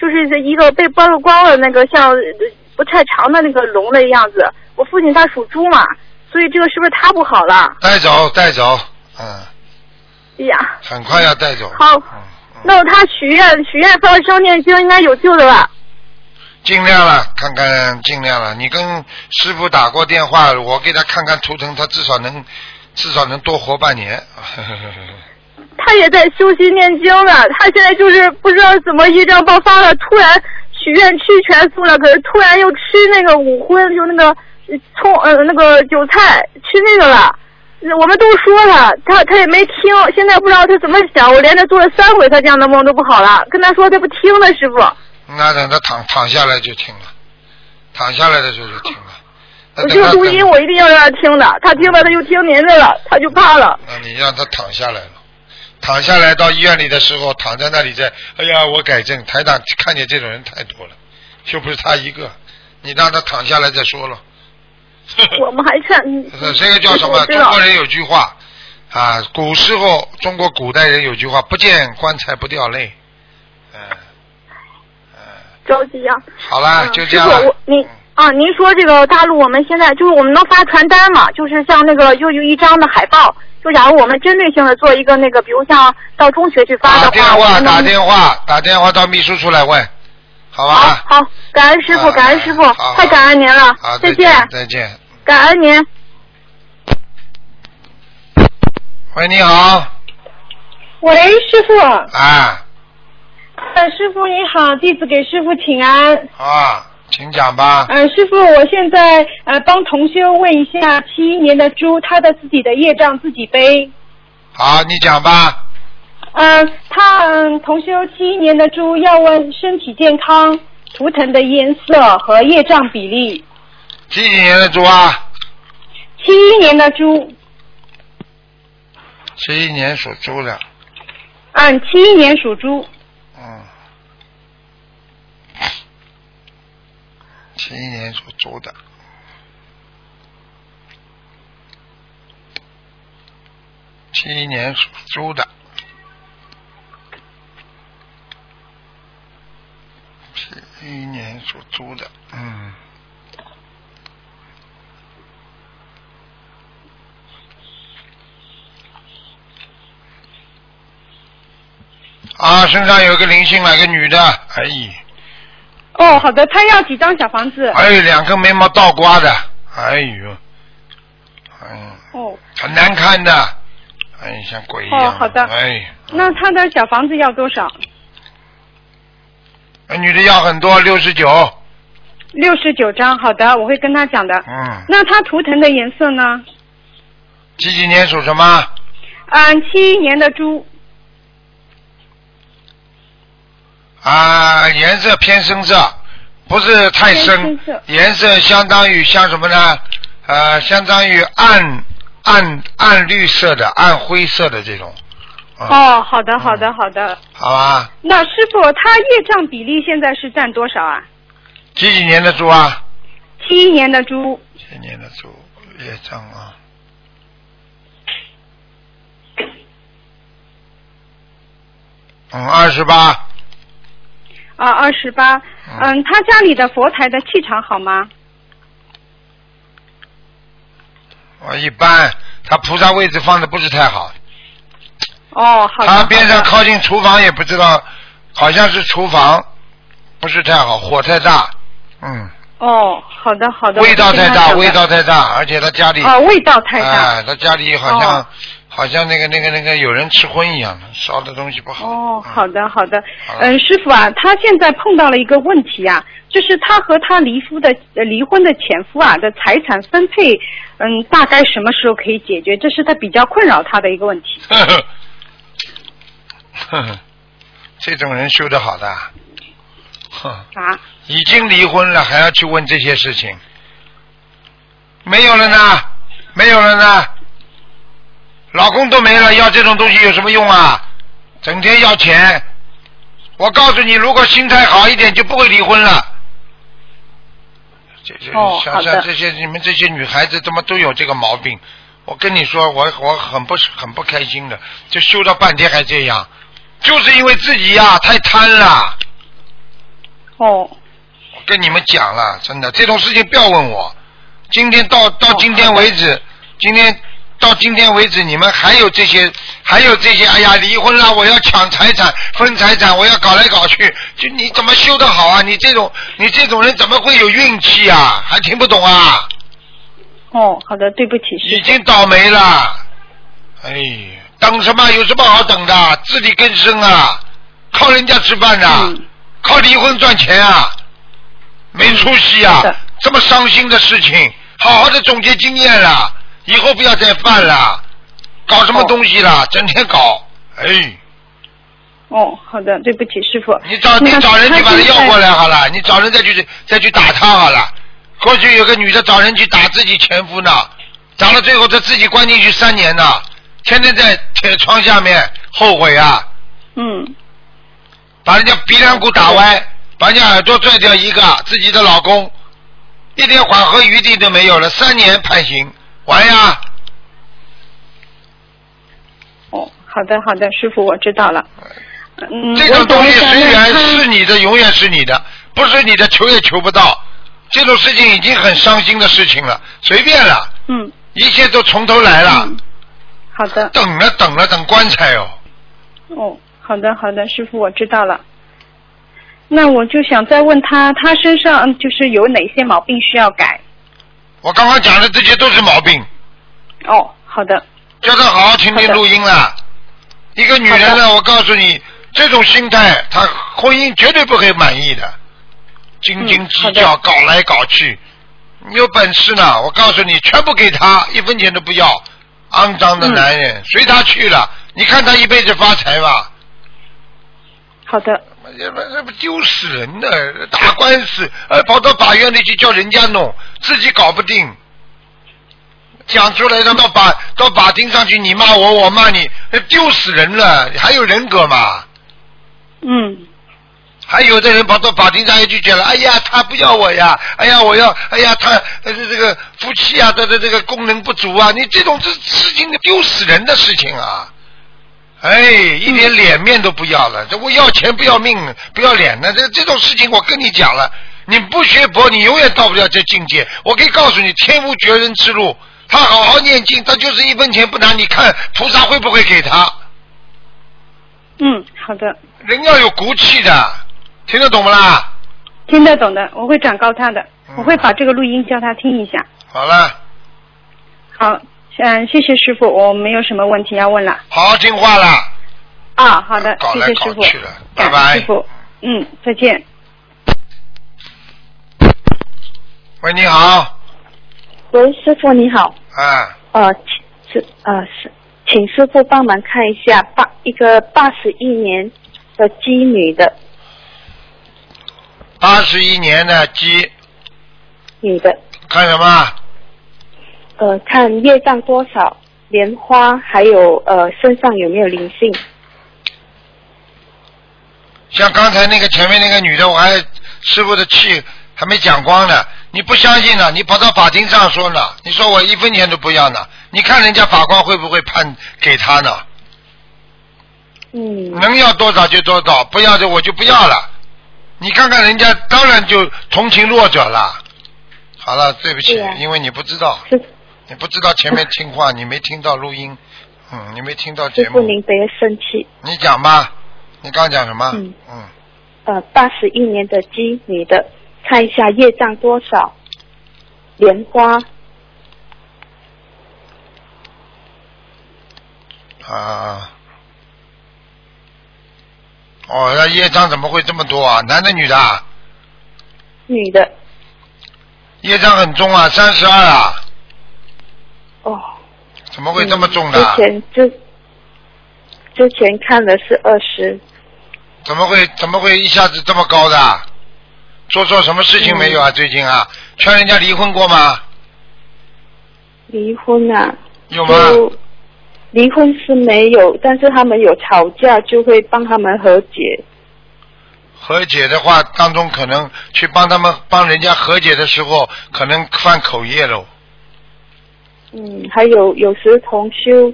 [SPEAKER 6] 就是一个被剥了光了那个像呃不太长的那个龙的样子。我父亲他属猪嘛，所以这个是不是他不好了？
[SPEAKER 1] 带走带走，嗯，
[SPEAKER 6] 哎呀。
[SPEAKER 1] 很快要带走。
[SPEAKER 6] 好
[SPEAKER 1] 嗯，嗯
[SPEAKER 6] 那我他许愿，许愿放生念经应该有救的吧？
[SPEAKER 1] 尽量了，看看尽量了。你跟师傅打过电话，我给他看看图腾，他至少能至少能多活半年。
[SPEAKER 6] 他也在修心念经呢，他现在就是不知道怎么业障爆发了，突然许愿吃全素了，可是突然又吃那个五荤，就那个呃葱呃那个韭菜，吃那个了。我们都说了，他他也没听，现在不知道他怎么想。我连着做了三回他这样的梦都不好了，跟他说他不听了，师傅。
[SPEAKER 1] 那等他躺躺下来就听了，躺下来的时候就听了。那
[SPEAKER 6] 我
[SPEAKER 1] 等
[SPEAKER 6] 这个
[SPEAKER 1] 他
[SPEAKER 6] 录音我一定要让他听的，他听了他就听您的了，他就怕了。
[SPEAKER 1] 那你让他躺下来了，躺下来到医院里的时候，躺在那里在，哎呀，我改正。台 长看见这种人太多了，又不是他一个，你让他躺下来再说了。
[SPEAKER 6] 我们还欠
[SPEAKER 7] 嗯
[SPEAKER 6] 你。
[SPEAKER 1] 呃这这个叫什么
[SPEAKER 6] 我？知
[SPEAKER 1] 中
[SPEAKER 6] 道
[SPEAKER 1] 国人有句话啊，古时候中国古代人有句话，不见棺材不掉泪。嗯、
[SPEAKER 7] 着急呀、啊
[SPEAKER 1] 好啦，啊就这样
[SPEAKER 7] 嗯师傅，
[SPEAKER 1] 了
[SPEAKER 7] 我。您啊，您说这个大陆，我们现在就是我们能发传单嘛？就是像那个就有一张的海报，就假如我们针对性的做一个那个，比如像到中学去发的
[SPEAKER 1] 打
[SPEAKER 7] 话，
[SPEAKER 1] 电
[SPEAKER 7] 我
[SPEAKER 1] 话，
[SPEAKER 7] 们能
[SPEAKER 1] 打电话，打电话到秘书处来问，好吧？
[SPEAKER 7] 好好，感恩师傅，
[SPEAKER 1] 啊
[SPEAKER 7] 感恩师傅
[SPEAKER 1] 好好，
[SPEAKER 7] 太感恩您了
[SPEAKER 1] 好，，
[SPEAKER 7] 再见，
[SPEAKER 1] 见，再见。
[SPEAKER 7] 感恩您。
[SPEAKER 1] 喂，你好，
[SPEAKER 5] 喂，师傅，
[SPEAKER 1] 啊
[SPEAKER 5] 呃，师傅你好，弟子给师傅请安。
[SPEAKER 1] 啊，请讲吧。
[SPEAKER 7] 嗯
[SPEAKER 5] 呃，师傅，我现在呃帮同修问一下，七一年的猪，他的自己的业障自己背。
[SPEAKER 1] 好，你讲吧。
[SPEAKER 5] 嗯、他嗯，同修七一年的猪要问身体健康、图腾的颜色和业障比例。
[SPEAKER 1] 几几年的猪啊？
[SPEAKER 5] 七一年的猪，
[SPEAKER 1] 七一年属猪的，
[SPEAKER 5] 嗯，七一年属猪，
[SPEAKER 1] 嗯，七一年属猪的。七一年属猪的，七一年属猪的，嗯，啊，身上有一个灵性了，一个女的，哎，
[SPEAKER 5] 哦，好的，他要几张小房子？
[SPEAKER 1] 哎，两根眉毛倒刮的，哎呦，哎，
[SPEAKER 5] 哦，
[SPEAKER 1] 很难看的，哎，像鬼一样。
[SPEAKER 5] 哦好的
[SPEAKER 1] 哎，
[SPEAKER 5] 那他的小房子要多少？
[SPEAKER 1] 那女的要很多，六十九，
[SPEAKER 5] 六十九张，好的，我会跟他讲的。
[SPEAKER 1] 嗯，
[SPEAKER 5] 那他图腾的颜色呢？
[SPEAKER 1] 几几年属什么？
[SPEAKER 5] 嗯，七一年的猪，
[SPEAKER 1] 啊，颜色偏深色，不是太深
[SPEAKER 5] 偏深色，
[SPEAKER 1] 颜色相当于像什么呢？呃，相当于暗暗暗绿色的、暗灰色的这种。嗯、，
[SPEAKER 5] 哦，好的，好的，好的。
[SPEAKER 1] 好吧，
[SPEAKER 5] 那师傅，他业障比例现在是占多少啊？
[SPEAKER 1] 几几年的猪啊？
[SPEAKER 5] 七一年的猪，
[SPEAKER 1] 几几年的猪，业障啊。嗯，二十八。
[SPEAKER 5] 啊、2二十八。
[SPEAKER 1] 嗯
[SPEAKER 5] 嗯，他家里的佛台的气场好吗？
[SPEAKER 1] 我啊一般，他菩萨位置放的不是太好，
[SPEAKER 5] 哦，好的。
[SPEAKER 1] 他边上
[SPEAKER 5] 好的
[SPEAKER 1] 靠近厨房也不知道，好像是厨房，不是太好，火太大，嗯，
[SPEAKER 5] 哦，好的，好的。
[SPEAKER 1] 味道
[SPEAKER 5] 我跟
[SPEAKER 1] 太
[SPEAKER 5] 他
[SPEAKER 1] 大，
[SPEAKER 5] 讲的
[SPEAKER 1] 味。道太大，而且他家里，
[SPEAKER 5] 哦，味道太大。
[SPEAKER 1] 哎，他家里好像、
[SPEAKER 5] 哦
[SPEAKER 1] 好像那个那个那个有人吃荤一样的，烧的东西不好。
[SPEAKER 5] 哦，
[SPEAKER 1] 嗯
[SPEAKER 5] 好。的好的
[SPEAKER 1] 好，了
[SPEAKER 5] 嗯，师傅啊，他现在碰到了一个问题啊，就是他和他离夫的呃离婚的前夫啊的财产分配，嗯，大概什么时候可以解决？这是他比较困扰他的一个问题。
[SPEAKER 1] 呵呵呵呵， 这种人修得好的啊，哼。
[SPEAKER 5] 啊，
[SPEAKER 1] 已经离婚了，还要去问这些事情？没有了呢，没有了呢，老公都没了，要这种东西有什么用啊？整天要钱，我告诉你，如果心态好一点，就不会离婚了。这这
[SPEAKER 5] 哦
[SPEAKER 1] 像
[SPEAKER 5] 好的
[SPEAKER 1] 像这些你们这些女孩子怎么都有这个毛病？我跟你说，我我很不很不开心的，就修到半天还这样，就是因为自己呀、太贪了。
[SPEAKER 5] 哦，
[SPEAKER 1] 我跟你们讲了，真的这种事情不要问我。今天到到今天为止，今天到今天为止，你们还有这些，还有这些，哎呀，离婚了，我要抢财产，分财产，我要搞来搞去，就你怎么修得好啊？你这种你这种人怎么会有运气啊？还听不懂啊？
[SPEAKER 5] 哦，好的，对不起，
[SPEAKER 1] 已
[SPEAKER 5] 师傅。
[SPEAKER 1] 经倒霉了，哎，等什么？有什么好等的？自力更生啊，靠人家吃饭呐、
[SPEAKER 5] 嗯
[SPEAKER 1] 靠离婚赚钱啊，没出息啊
[SPEAKER 5] 嗯是的！
[SPEAKER 1] 这么伤心的事情，好好的总结经验啦，以后不要再犯啦，搞什么东西啦？整天搞，哎，
[SPEAKER 5] 哦，好的，对不起，师傅。
[SPEAKER 1] 你找你
[SPEAKER 5] 那
[SPEAKER 1] 找人去把他
[SPEAKER 5] 现
[SPEAKER 1] 要
[SPEAKER 5] 在
[SPEAKER 1] 过来好了，你找人再去再去打他好了。过去有个女的找人去打自己前夫呢，打到最后她自己关进去三年呢，天天在铁窗下面后悔啊，
[SPEAKER 5] 嗯，
[SPEAKER 1] 把人家鼻梁骨打歪，把人家耳朵拽掉一个，自己的老公一点缓和余地都没有了，三年判刑，完呀！
[SPEAKER 5] 哦，好的好的，师傅我知道了。嗯，
[SPEAKER 1] 这种
[SPEAKER 5] 我
[SPEAKER 1] 东西
[SPEAKER 5] 想
[SPEAKER 1] 随
[SPEAKER 5] 问
[SPEAKER 1] 缘
[SPEAKER 5] 他
[SPEAKER 1] 是你的，永远是你的，不是你的求也求不到。这种事情已经很伤心的事情了，随便了，
[SPEAKER 5] 嗯，
[SPEAKER 1] 一切都从头来了。
[SPEAKER 5] 好的，
[SPEAKER 1] 等了等了等棺材哦，
[SPEAKER 5] 哦，好的好的，师傅我知道了。那我就想再问他，他身上就是有哪些毛病需要改？
[SPEAKER 1] 我刚刚讲的这些都是毛病，
[SPEAKER 5] 哦，好的，
[SPEAKER 1] 叫他好好听听
[SPEAKER 5] 好的
[SPEAKER 1] 录音啦。一个女人呢，我告诉你，这种心态，她婚姻绝对不会满意的，斤斤
[SPEAKER 5] 嗯
[SPEAKER 1] 计
[SPEAKER 5] 好的
[SPEAKER 1] 较，搞来搞去。你有本事呢，我告诉你，全部给他，一分钱都不要。肮脏的
[SPEAKER 5] 嗯
[SPEAKER 1] 男人，随他去了。你看他一辈子发财吧，
[SPEAKER 5] 好的，
[SPEAKER 1] 这不这不丢死人的，打官司，呃，跑到法院里去叫人家弄，自己搞不定。讲出来，让到法到法庭上去，你骂我，我骂你，呃丢死人了，还有人格吗？
[SPEAKER 5] 嗯，
[SPEAKER 1] 还有的人跑到法庭上又去讲了，哎呀，他不要我呀，哎呀，我要，哎呀，他呃这这个夫妻啊，他的这个功能不足啊，你这种这事情丢死人的事情啊，哎，一点脸面都不要了，这我要钱不要命，不要脸的，这这种事情我跟你讲了，你不学佛，你永远到不了这境界。我可以告诉你，天无绝人之路，他好好念经，他就是一分钱不拿，你看菩萨会不会给他？
[SPEAKER 5] 嗯，好的，
[SPEAKER 1] 人要有骨气的，听得懂不啦？
[SPEAKER 5] 听得懂的，我会转告他的，
[SPEAKER 1] 嗯
[SPEAKER 5] 我会把这个录音叫他听一下。
[SPEAKER 1] 好了。
[SPEAKER 5] 好，嗯，谢谢师傅，我没有什么问题要问了。
[SPEAKER 1] 好好听话啦。
[SPEAKER 5] 啊，好的，
[SPEAKER 1] 嗯搞
[SPEAKER 5] 谢
[SPEAKER 1] 来
[SPEAKER 5] 谢
[SPEAKER 1] 搞
[SPEAKER 5] 师傅
[SPEAKER 1] 去了，
[SPEAKER 5] 感
[SPEAKER 1] 拜拜
[SPEAKER 5] 恩师傅，嗯，再见。
[SPEAKER 1] 喂，你好，
[SPEAKER 8] 喂，师傅你好，
[SPEAKER 1] 啊，
[SPEAKER 8] 呃，请是呃是，请师傅帮忙看一下八一个八十一年的鸡女的
[SPEAKER 1] 八十一年的鸡，
[SPEAKER 8] 女的，
[SPEAKER 1] 看什么？
[SPEAKER 8] 呃，看业障多少，莲花还有呃身上有没有灵性？
[SPEAKER 1] 像刚才那个前面那个女的，我还师傅的气还没讲光呢。你不相信呢？你跑到法庭上说呢？你说我一分钱都不要呢？你看人家法官会不会判给他呢？
[SPEAKER 8] 嗯
[SPEAKER 1] 能要多少就多少，不要的我就不要了。你看看人家，当然就同情弱者了。好了，对不起，
[SPEAKER 8] 对呀
[SPEAKER 1] 因为你不知道
[SPEAKER 8] 师，
[SPEAKER 1] 你不知道前面听话，你没听到录音，嗯，你没听到节
[SPEAKER 8] 师
[SPEAKER 1] 目
[SPEAKER 8] 傅。您别生气，
[SPEAKER 1] 你讲吧，你刚讲什么？
[SPEAKER 8] 嗯呃，八十一年的鸡女的，看一下业障多少，莲花
[SPEAKER 1] 啊。哦，那业障怎么会这么多啊？男的女的？啊？
[SPEAKER 8] 女的，
[SPEAKER 1] 业障很重啊，三十二啊，
[SPEAKER 8] 哦，
[SPEAKER 1] 怎么会这么重的啊？
[SPEAKER 8] 之前之之前看的是二十，
[SPEAKER 1] 怎么会怎么会一下子这么高的啊？做错什么事情没有啊？
[SPEAKER 8] 嗯
[SPEAKER 1] 最近啊，劝人家离婚过吗？
[SPEAKER 8] 离婚啊，
[SPEAKER 1] 有吗？
[SPEAKER 8] 就离婚是没有，但是他们有吵架，就会帮他们和解。
[SPEAKER 1] 和解的话，当中可能去帮他们帮人家和解的时候，可能犯口业喽。
[SPEAKER 8] 嗯，还有有时同修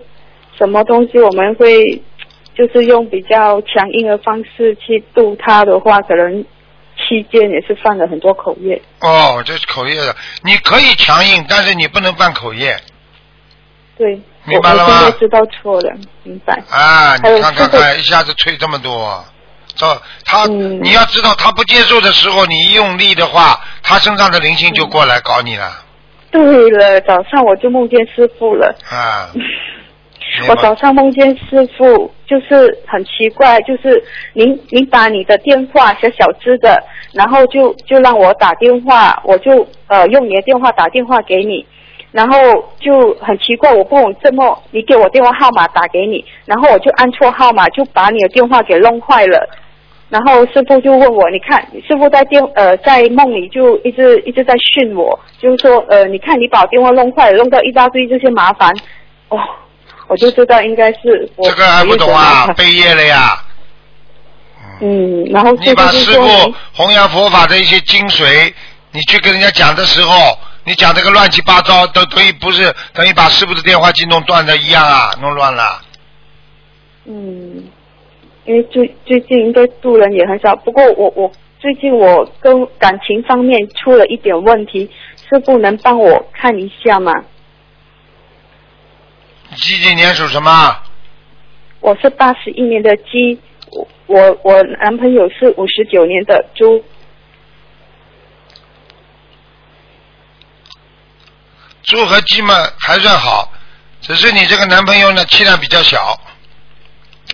[SPEAKER 8] 什么东西，我们会就是用比较强硬的方式去度他的话，可能期间也是犯了很多口业。
[SPEAKER 1] 哦，这是口业的，你可以强硬，但是你不能犯口业
[SPEAKER 8] 对，我
[SPEAKER 1] 明白了吗
[SPEAKER 8] 我现在知道错了，明白。
[SPEAKER 1] 啊！
[SPEAKER 8] 还有
[SPEAKER 1] 你看看
[SPEAKER 8] 师傅
[SPEAKER 1] 看，一下子退这么多，这他、
[SPEAKER 8] 嗯
[SPEAKER 1] 你要知道，他不接受的时候，你一用力的话，他身上的灵性就过来搞你了、
[SPEAKER 8] 对了，早上我就梦见师傅了。
[SPEAKER 1] 啊！
[SPEAKER 8] 我早上梦见师傅，就是很奇怪，就是您您把你的电话小小只的，然后就就让我打电话，我就呃用你的电话打电话给你，然后就很奇怪，我不懂这么你给我电话号码打给你，然后我就按错号码，就把你的电话给弄坏了。然后师傅就问我，你看师傅在电呃在梦里就一直一直在训我，就是说呃你看你把我电话弄坏了，弄到一大堆这些麻烦，哦，我就知道应该是我
[SPEAKER 1] 这个还不懂啊，
[SPEAKER 8] 我一直
[SPEAKER 1] 背业了呀。
[SPEAKER 8] 嗯，然后
[SPEAKER 1] 你
[SPEAKER 8] 师傅
[SPEAKER 1] 把
[SPEAKER 8] 就
[SPEAKER 1] 师
[SPEAKER 8] 说
[SPEAKER 1] 傅弘扬佛法的一些精髓，你去跟人家讲的时候，你讲这个乱七八糟，等等于不是等于把师傅的电话机弄断的一样啊，弄乱了。
[SPEAKER 8] 嗯，因为最最近对渡人也很少，不过我我最近我跟感情方面出了一点问题，师傅能帮我看一下吗？
[SPEAKER 1] 你几几年属什么？
[SPEAKER 8] 我是八十一年的鸡，我我我男朋友是五十九年的猪，
[SPEAKER 1] 猪和鸡嘛还算好，只是你这个男朋友呢气量比较小，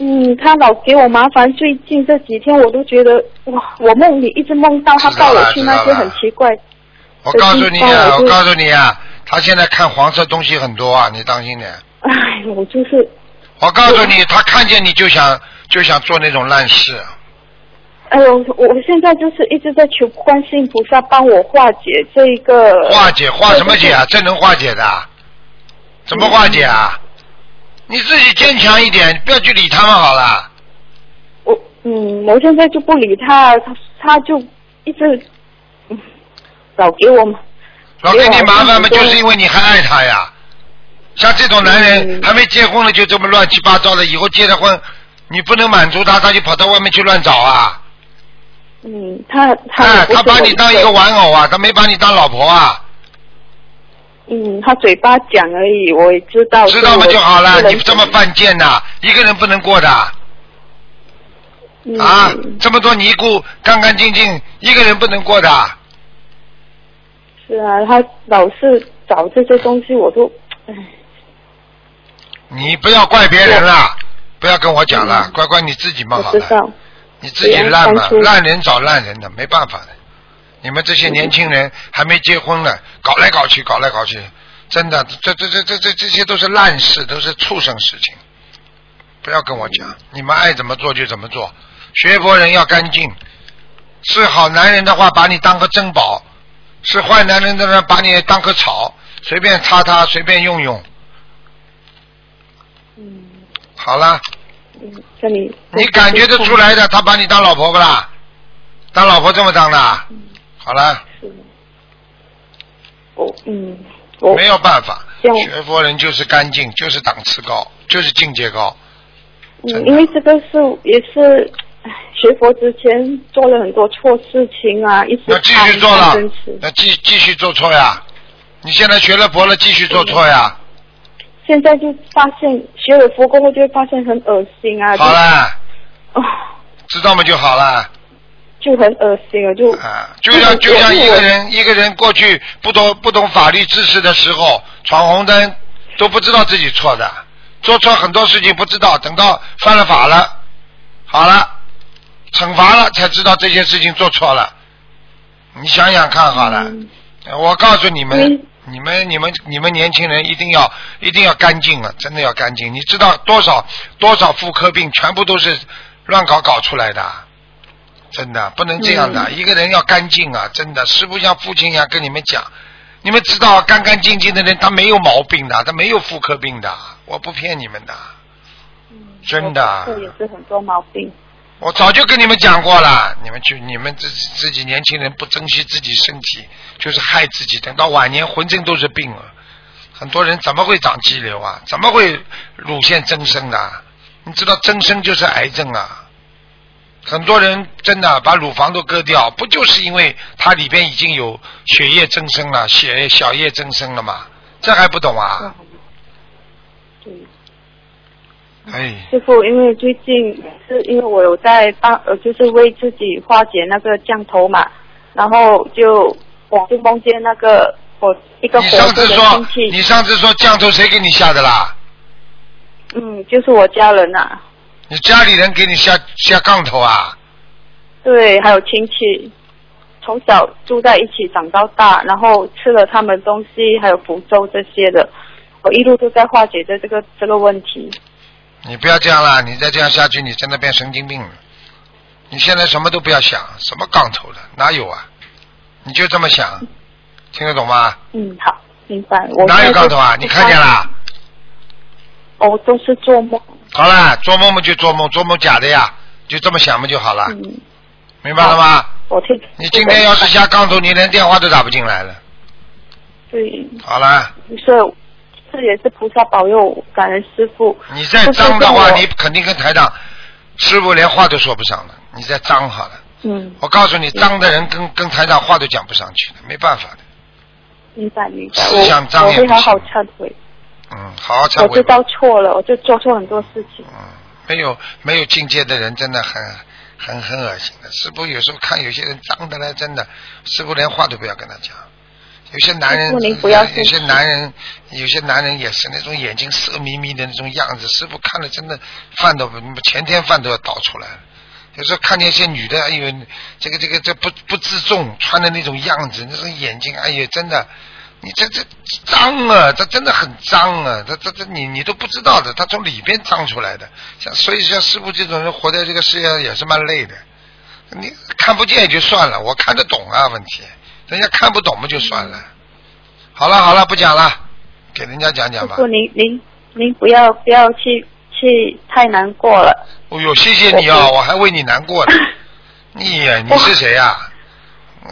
[SPEAKER 8] 嗯，他老给我麻烦，最近这几天我都觉得哇，我梦里一直梦到他
[SPEAKER 1] 知道
[SPEAKER 8] 抱
[SPEAKER 1] 了
[SPEAKER 8] 我去那
[SPEAKER 1] 知
[SPEAKER 8] 些
[SPEAKER 1] 道了
[SPEAKER 8] 很奇怪，
[SPEAKER 1] 我告诉你啊，
[SPEAKER 8] 我
[SPEAKER 1] 我
[SPEAKER 8] 知道
[SPEAKER 1] 告诉你啊，他现在看黄色东西很多啊，你当心点。
[SPEAKER 8] 唉，我就是
[SPEAKER 1] 我告诉你，他看见你就想就想做那种烂事，啊
[SPEAKER 8] 哎呦，我现在就是一直在求观世音菩萨帮我化解这一个
[SPEAKER 1] 化解化什么解啊？这能化解的？怎么化解
[SPEAKER 8] 嗯
[SPEAKER 1] 啊？你自己坚强一点，不要去理他们好了。
[SPEAKER 8] 我嗯，我现在就不理他，他他就一直嗯老给我嘛，
[SPEAKER 1] 老给你麻烦嘛，
[SPEAKER 8] 对啊
[SPEAKER 1] 就是因为你还爱他呀。像这种男人
[SPEAKER 8] 嗯
[SPEAKER 1] 还没结婚呢，就这么乱七八糟的，以后结了婚，你不能满足他，他就跑到外面去乱找啊！
[SPEAKER 8] 嗯，他他也
[SPEAKER 1] 哎，
[SPEAKER 8] 不是
[SPEAKER 1] 他把你当一个
[SPEAKER 8] 我的
[SPEAKER 1] 玩偶啊，他没把你当老婆啊，
[SPEAKER 8] 嗯，他嘴巴讲而已，我也知道，
[SPEAKER 1] 知道吗？就好了。
[SPEAKER 8] 所以我
[SPEAKER 1] 你这么犯贱呐、一个人不能过的
[SPEAKER 8] 嗯
[SPEAKER 1] 啊！这么多尼姑，干干净净，一个人不能过的。
[SPEAKER 8] 是啊，他老是找这些东西，我都唉，
[SPEAKER 1] 你不要怪别人了，不要跟我讲了，乖乖你自己嘛
[SPEAKER 8] 嗯我
[SPEAKER 1] 好
[SPEAKER 8] 知
[SPEAKER 1] 了，
[SPEAKER 8] 道，
[SPEAKER 1] 你自己烂嘛
[SPEAKER 8] 当，初
[SPEAKER 1] 烂人找烂人的，没办法的。你们这些年轻
[SPEAKER 8] 嗯
[SPEAKER 1] 人还没结婚呢，搞来搞去，搞来搞去，真的，这这这这这这些都是烂事，都是畜生事情。不要跟我
[SPEAKER 8] 嗯
[SPEAKER 1] 讲，你们爱怎么做就怎么做。学佛人要干净，是好男人的话，把你当个珍宝；是坏男人的呢，把你当棵草，随便擦擦，随便用用。
[SPEAKER 8] 嗯
[SPEAKER 1] 好了。
[SPEAKER 8] 嗯，跟你
[SPEAKER 1] 你感觉得出来的，他把你当老婆不啦？当老婆这么当的啊？好了，
[SPEAKER 8] 是的我嗯，我
[SPEAKER 1] 没有办法，
[SPEAKER 8] 这样
[SPEAKER 1] 学佛人就是干净，就是档次高，就是境界高。
[SPEAKER 8] 嗯，因为这个是也是唉学佛之前做了很多错事情啊，一直
[SPEAKER 1] 那继续做
[SPEAKER 8] 贪
[SPEAKER 1] 了
[SPEAKER 8] 嗔痴，
[SPEAKER 1] 那继继续做错呀？你现在学了佛了，继续做错呀？
[SPEAKER 8] 现在就发现学了佛过后就会发现很恶心啊，就
[SPEAKER 1] 好了，
[SPEAKER 8] 哦，
[SPEAKER 1] 知道吗？就好了。
[SPEAKER 8] 就很恶心啊，就
[SPEAKER 1] 啊，就像就像一个人一个人过去不懂不懂法律知识的时候，闯红灯都不知道自己错的，做错很多事情不知道，等到犯了法了，好了，惩罚了才知道这件事情做错了。你想想看好了，呃我告诉你们
[SPEAKER 8] 嗯，
[SPEAKER 1] 你们你们你们年轻人一定要一定要干净了，真的要干净。你知道多少多少妇科病全部都是乱搞搞出来的。真的不能这样的，一个人要干净啊！真的，师傅像父亲一样跟你们讲，你们知道干干净净的人，他没有毛病的，他没有妇科病的，我不骗你们的，真的。
[SPEAKER 8] 这也是很多毛病。
[SPEAKER 1] 我早就跟你们讲过了，你们去，你们自己自己年轻人不珍惜自己身体，就是害自己，等到晚年浑身都是病了。很多人怎么会长肌瘤啊？怎么会乳腺增生的啊？你知道增生就是癌症啊！很多人真的啊把乳房都割掉，不就是因为它里边已经有血液增生了，血小叶增生了嘛？这还不懂啊？
[SPEAKER 8] 对，
[SPEAKER 1] 哎，
[SPEAKER 8] 师傅，因为最近是因为我有在帮呃，就是为自己化解那个降头嘛，然后就我就梦见那个我一个
[SPEAKER 1] 你
[SPEAKER 8] 活
[SPEAKER 1] 上
[SPEAKER 8] 着
[SPEAKER 1] 次
[SPEAKER 8] 的
[SPEAKER 1] 说
[SPEAKER 8] 亲，戚
[SPEAKER 1] 你，上次说降头谁给你下的啦？
[SPEAKER 8] 嗯，就是我家人呐、啊，
[SPEAKER 1] 你家里人给你下下杠头啊？
[SPEAKER 8] 对，还有亲戚，从小住在一起长到大，然后吃了他们东西，还有福州这些的，我一路都在化解着这个这个问题。
[SPEAKER 1] 你不要这样啦！你再这样下去，你真的变神经病了。你现在什么都不要想，什么杠头了，哪有啊？你就这么想，听得懂吗？
[SPEAKER 8] 嗯，好，明白。我
[SPEAKER 1] 哪有
[SPEAKER 8] 现在
[SPEAKER 1] 杠
[SPEAKER 8] 就
[SPEAKER 1] 头啊？你看见啦？
[SPEAKER 9] 哦
[SPEAKER 8] 我都是做梦。
[SPEAKER 1] 好啊啦，做梦嘛就做梦，做梦假的呀，就这么想嘛就好了，
[SPEAKER 8] 嗯，
[SPEAKER 1] 明白了吗？
[SPEAKER 9] 我听。
[SPEAKER 1] 你今天要是下杠头，你连电话都打不进来了。
[SPEAKER 9] 对，
[SPEAKER 1] 好了，
[SPEAKER 9] 就是这也是菩萨保佑，感恩师傅。
[SPEAKER 1] 你再
[SPEAKER 9] 就是
[SPEAKER 1] 脏的
[SPEAKER 9] 跟
[SPEAKER 1] 话，
[SPEAKER 9] 我
[SPEAKER 1] 啊你肯定跟台长师傅连话都说不上了。你再脏好了，
[SPEAKER 9] 嗯，
[SPEAKER 1] 我告诉你，脏的人跟跟台长话都讲不上去的，没办法的。
[SPEAKER 9] 明白明白，
[SPEAKER 1] 思想
[SPEAKER 9] 我
[SPEAKER 1] 障
[SPEAKER 9] 我
[SPEAKER 1] 眼
[SPEAKER 9] 会好
[SPEAKER 1] 不行
[SPEAKER 9] 好忏悔，
[SPEAKER 1] 嗯，好好
[SPEAKER 9] 我
[SPEAKER 1] 忏悔
[SPEAKER 9] 知
[SPEAKER 1] 吧。
[SPEAKER 9] 道错了，我就做错很多事情。
[SPEAKER 1] 嗯，没有没有境界的人真的很很很恶心的。师傅有时候看有些人脏的嘞，真的，师傅连话都不要跟他讲。有些男人
[SPEAKER 9] 师
[SPEAKER 1] 呃
[SPEAKER 9] 父您不要，生气
[SPEAKER 1] 有些男人，有些男人也是那种眼睛色眯眯的那种样子，师傅看了真的饭都前天饭都要倒出来了。有时候看见一些女的，哎呦，这个这个这不不自重，穿的那种样子，那种眼睛，哎呦，真的，你这这脏啊，这真的很脏啊，这这这你你都不知道的，他从里边脏出来的。像所以像师傅这种人活在这个世界上也是蛮累的。你看不见也就算了，我看得懂啊，问题，人家看不懂嘛就算了。好了好了，不讲了，给人家讲讲
[SPEAKER 9] 师
[SPEAKER 1] 吧
[SPEAKER 9] 傅。您您您不要不要去去太难过了，
[SPEAKER 1] 哦呦，谢谢你啊，我还为你难过呢。你哎呀，你是谁呀、啊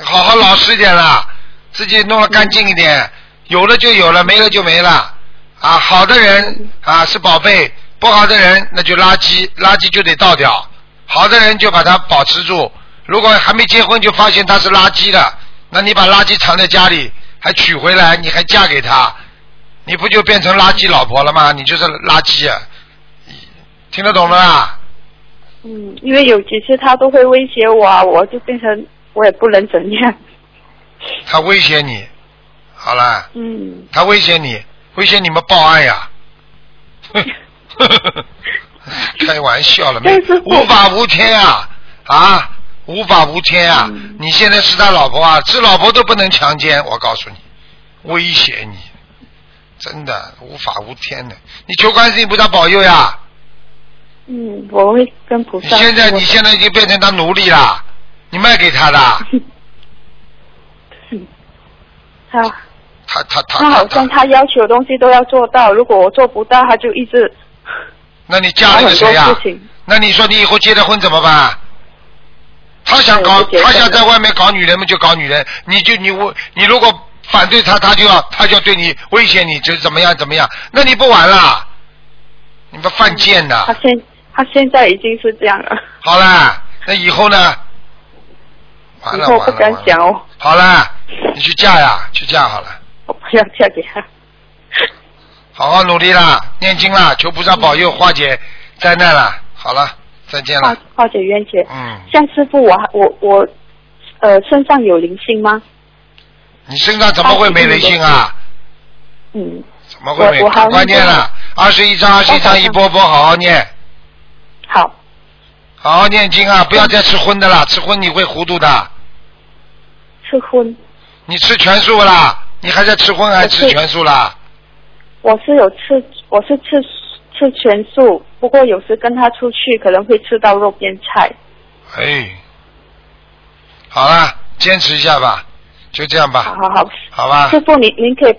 [SPEAKER 1] 好好老实一点啦，自己弄得干净一点，有了就有了，没了就没了。啊，好的人啊是宝贝，不好的人那就垃圾，垃圾就得倒掉。好的人就把它保持住，如果还没结婚就发现他是垃圾了，那你把垃圾藏在家里，还娶回来，你还嫁给他，你不就变成垃圾老婆了吗？你就是垃圾啊！听得懂了吧？
[SPEAKER 9] 嗯，因为有几次他都会威胁我啊，我就变成我也不能怎样，
[SPEAKER 1] 他威胁你，好了，
[SPEAKER 9] 嗯，
[SPEAKER 1] 他威胁你，威胁你们报 案呀。开玩笑了，没
[SPEAKER 9] 但是
[SPEAKER 1] 无法无天啊啊，无法无天啊！
[SPEAKER 9] 嗯
[SPEAKER 1] 你现在是他老婆啊，是老婆都不能强奸，我告诉你，威胁你，真的无法无天的。你求观世音菩萨保佑呀！
[SPEAKER 9] 嗯，我会跟菩
[SPEAKER 1] 你
[SPEAKER 9] 萨说的。
[SPEAKER 1] 现在你现在已经变成他奴隶啦，你卖给 他的，
[SPEAKER 9] 他
[SPEAKER 1] 他他他
[SPEAKER 9] 他好像他要求的东西都要做到，如果我做不到，他就一直
[SPEAKER 1] 那你
[SPEAKER 9] 搞
[SPEAKER 1] 嫁了个
[SPEAKER 9] 很多
[SPEAKER 1] 谁呀、
[SPEAKER 9] 事情。
[SPEAKER 1] 那你说你以后结了婚怎么办？他想搞
[SPEAKER 9] 对我结，婚
[SPEAKER 1] 他
[SPEAKER 9] 了
[SPEAKER 1] 想在外面搞女人嘛，就搞女人。你就你我你如果反对他，他就要他就要对你威胁你，就怎么样怎么样？那你不玩了？你们犯贱呐
[SPEAKER 9] 他！现他现在已经是这样了，
[SPEAKER 1] 好了，那以后呢？完
[SPEAKER 9] 以
[SPEAKER 1] 了
[SPEAKER 9] 后
[SPEAKER 1] 完
[SPEAKER 9] 不
[SPEAKER 1] 了
[SPEAKER 9] 敢
[SPEAKER 1] 完
[SPEAKER 9] 讲
[SPEAKER 1] 了。
[SPEAKER 9] 哦，
[SPEAKER 1] 好了，你去嫁呀，去嫁好了，
[SPEAKER 9] 我不要嫁给他。
[SPEAKER 1] 好好努力啦，念经啦，求菩萨保佑化解灾难啦。好了，再见
[SPEAKER 9] 化
[SPEAKER 1] 了。
[SPEAKER 9] 化解冤结。
[SPEAKER 1] 嗯，
[SPEAKER 9] 像师傅，我我我，呃，身上有灵性吗？
[SPEAKER 1] 你身上怎么会没人性啊？
[SPEAKER 9] 嗯，
[SPEAKER 1] 怎么会没？
[SPEAKER 9] 我我好像
[SPEAKER 1] 赶快念了，二十一章，二十一章一波波，好好念，
[SPEAKER 9] 好，
[SPEAKER 1] 好好念经啊！不要再吃荤的啦，吃荤你会糊涂的。
[SPEAKER 9] 吃荤，
[SPEAKER 1] 你吃全素啦？你还在吃荤还吃全素啦？
[SPEAKER 9] 我是有吃，我是吃吃全素，不过有时跟他出去可能会吃到肉边菜。
[SPEAKER 1] 哎，好啦，坚持一下吧，就这样
[SPEAKER 9] 好
[SPEAKER 1] 吧，
[SPEAKER 9] 好好，
[SPEAKER 1] 好吧
[SPEAKER 9] 师？傅，您您可以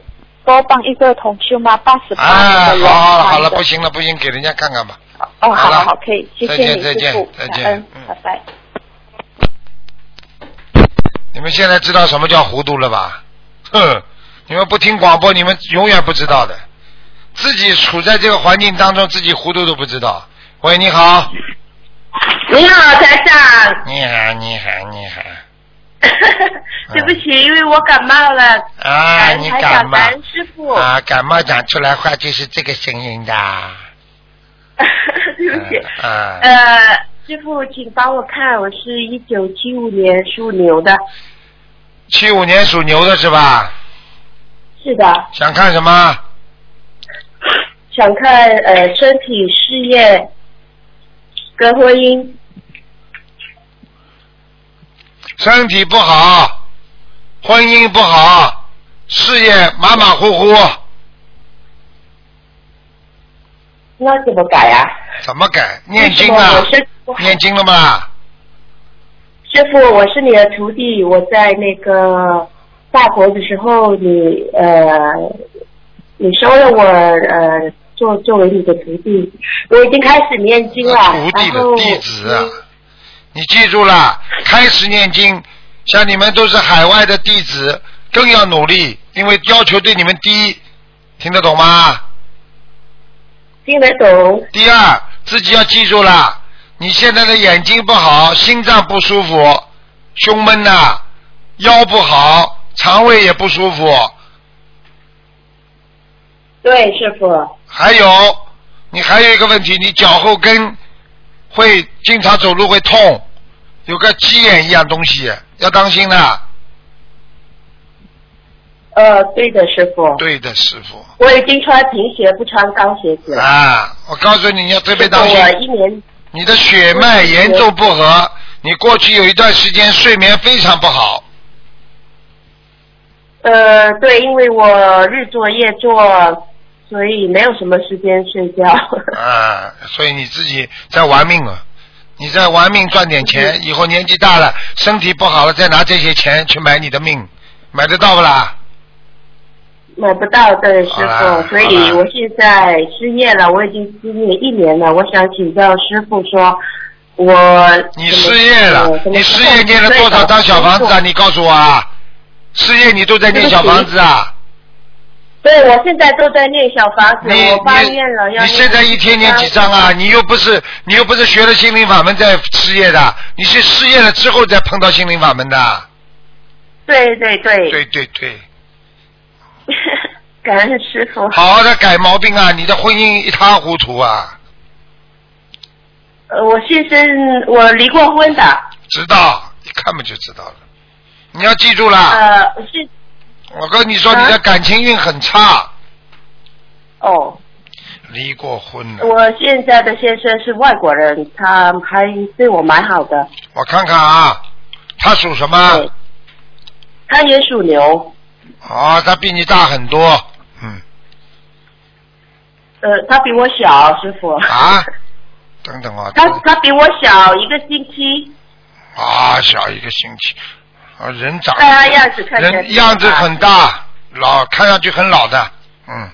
[SPEAKER 9] 多帮一个同修吗？八十八
[SPEAKER 1] 哎
[SPEAKER 9] 年，的
[SPEAKER 1] 好好了
[SPEAKER 9] 龙
[SPEAKER 1] 好
[SPEAKER 9] 山
[SPEAKER 1] 了，
[SPEAKER 9] 的
[SPEAKER 1] 不行了不行，给人家看看吧。
[SPEAKER 9] 哦，
[SPEAKER 1] 好
[SPEAKER 9] 好
[SPEAKER 1] 了
[SPEAKER 9] 好好，可以，谢
[SPEAKER 1] 再
[SPEAKER 9] 谢
[SPEAKER 1] 见
[SPEAKER 9] 你
[SPEAKER 1] 再
[SPEAKER 9] 师
[SPEAKER 1] 见
[SPEAKER 9] 傅，
[SPEAKER 1] 再
[SPEAKER 9] 感
[SPEAKER 1] 见
[SPEAKER 9] 恩
[SPEAKER 1] 嗯，
[SPEAKER 9] 拜拜。
[SPEAKER 1] 你们现在知道什么叫糊涂了吧？哼，你们不听广播，你们永远不知道的。自己处在这个环境当中，自己糊涂都不知道。喂，你好。嗯
[SPEAKER 8] 你好，台长。
[SPEAKER 1] 你好，你好，你好。
[SPEAKER 8] 对不起，因为我感冒了。
[SPEAKER 1] 啊，
[SPEAKER 8] 感恩
[SPEAKER 1] 你
[SPEAKER 8] 台
[SPEAKER 1] 感
[SPEAKER 8] 长，
[SPEAKER 1] 冒
[SPEAKER 8] 感恩师傅。
[SPEAKER 1] 啊，感冒讲出来话就是这个声音的。
[SPEAKER 8] 对不起。
[SPEAKER 1] 啊，啊
[SPEAKER 8] 呃，师傅，请帮我看，我是一九七五年属牛的。
[SPEAKER 1] 七五年属牛的是吧？
[SPEAKER 8] 是的，
[SPEAKER 1] 想看什么？
[SPEAKER 8] 想看呃身体、事业跟婚姻。
[SPEAKER 1] 身体不好，婚姻不好，事业马马虎虎，
[SPEAKER 8] 那怎么改呀、
[SPEAKER 1] 怎么改？念经
[SPEAKER 8] 为什么
[SPEAKER 1] 啊
[SPEAKER 8] 我，身体不好
[SPEAKER 1] 念经了吗？
[SPEAKER 8] 师傅，我是你的徒弟，我在那个大佛的时候，你呃，你收了我呃做作为你的徒弟，我已经开始念经了
[SPEAKER 1] 啊徒，弟
[SPEAKER 8] 然
[SPEAKER 1] 的
[SPEAKER 8] 后嗯
[SPEAKER 1] 弟子啊，你记住了，开始念经，像你们都是海外的弟子，更要努力，因为要求对你们低，听得懂吗？
[SPEAKER 8] 听得懂。
[SPEAKER 1] 第二，自己要记住了，你现在的眼睛不好，心脏不舒服，胸闷呐、腰不好，肠胃也不舒服，
[SPEAKER 8] 对，师傅。
[SPEAKER 1] 还有你还有一个问题，你脚后跟会经常走路会痛，有个鸡眼一样东西，要当心的。
[SPEAKER 8] 呃，对的，师傅。
[SPEAKER 1] 对的，师傅
[SPEAKER 8] 我已经穿平鞋，不穿高鞋子。
[SPEAKER 1] 啊，我告诉你，你要特
[SPEAKER 8] 特
[SPEAKER 1] 别当心。
[SPEAKER 8] 我一年
[SPEAKER 1] 你的血脉严重不和，你过去有一段时间睡眠非常不好，
[SPEAKER 8] 呃，对，因为我日做夜做，所以没有什么时间睡觉。
[SPEAKER 1] 啊，所以你自己在玩命了，你在玩命赚点钱，以后年纪大了，身体不好了，再拿这些钱去买你的命，买得到不啦？
[SPEAKER 8] 买不到的师
[SPEAKER 1] 好啦
[SPEAKER 8] 傅，所以
[SPEAKER 1] 好啦
[SPEAKER 8] 我现在失业了，我已经失业一年了。我想请教师傅说，我
[SPEAKER 1] 你失业了
[SPEAKER 8] 怎么，
[SPEAKER 1] 你失业念了多少张小房子啊？？你告诉我啊，失业你都在念小房子啊？
[SPEAKER 8] 对对我现在都在念小房子，
[SPEAKER 1] 你
[SPEAKER 8] 我发
[SPEAKER 1] 你
[SPEAKER 8] 愿了要
[SPEAKER 1] 你现在一天念几张啊？你又不是你又不是学了心灵法门再失业的，你是失业了之后再碰到心灵法门的。
[SPEAKER 8] 对对对，
[SPEAKER 1] 对对对，
[SPEAKER 8] 感恩师傅。
[SPEAKER 1] 好好的改毛病啊！你的婚姻一塌糊涂啊！
[SPEAKER 8] 呃，我先生我离过婚的，
[SPEAKER 1] 知道，一看嘛就知道了。你要记住啦，
[SPEAKER 8] 呃，啊我是
[SPEAKER 1] 我跟你说，你的感情运很差，
[SPEAKER 8] 哦，
[SPEAKER 1] 离过婚了。
[SPEAKER 8] 我现在的先生是外国人，他还对我蛮好的，
[SPEAKER 1] 我看看啊，他属什么？
[SPEAKER 8] 对他也属牛，
[SPEAKER 1] 哦，他比你大很多。嗯
[SPEAKER 8] 呃，他比我小，师傅。
[SPEAKER 1] 啊，等等啊，
[SPEAKER 8] 他他比我小一个星期，
[SPEAKER 1] 啊，小一个星期，啊，人长
[SPEAKER 8] 但他样哎子看起来
[SPEAKER 1] 人样子很大，老看上去很老的，嗯，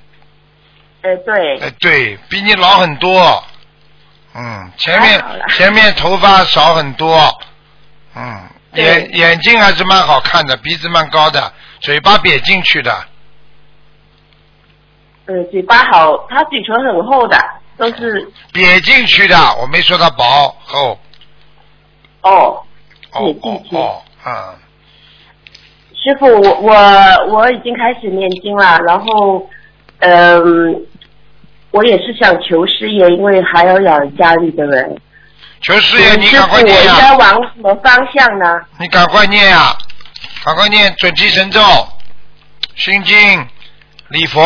[SPEAKER 8] 呃，对，
[SPEAKER 1] 哎，对比你老很多，嗯，前
[SPEAKER 8] 还好
[SPEAKER 1] 面
[SPEAKER 8] 啦
[SPEAKER 1] 前面头发少很多，嗯，
[SPEAKER 8] 对
[SPEAKER 1] 眼眼睛还是蛮好看的，鼻子蛮高的，嘴巴瘪进去的，
[SPEAKER 8] 呃，嘴巴好，他嘴唇很厚的，都是
[SPEAKER 1] 瘪进去的，我没说他薄厚，
[SPEAKER 8] 哦。
[SPEAKER 1] 哦
[SPEAKER 8] 瘪
[SPEAKER 1] 哦
[SPEAKER 8] 进去
[SPEAKER 1] 哦，嗯。
[SPEAKER 8] 师傅，我我我已经开始念经了，然后，嗯，我也是想求事业，因为还要养家里的人。
[SPEAKER 1] 求事业，
[SPEAKER 8] 嗯
[SPEAKER 1] 你
[SPEAKER 8] 师
[SPEAKER 1] 赶
[SPEAKER 8] 傅，
[SPEAKER 1] 快
[SPEAKER 8] 我
[SPEAKER 1] 念
[SPEAKER 8] 应
[SPEAKER 1] 呀、
[SPEAKER 8] 该往什么方向呢？
[SPEAKER 1] 你赶快念呀、赶快念准提神咒、心经、礼佛。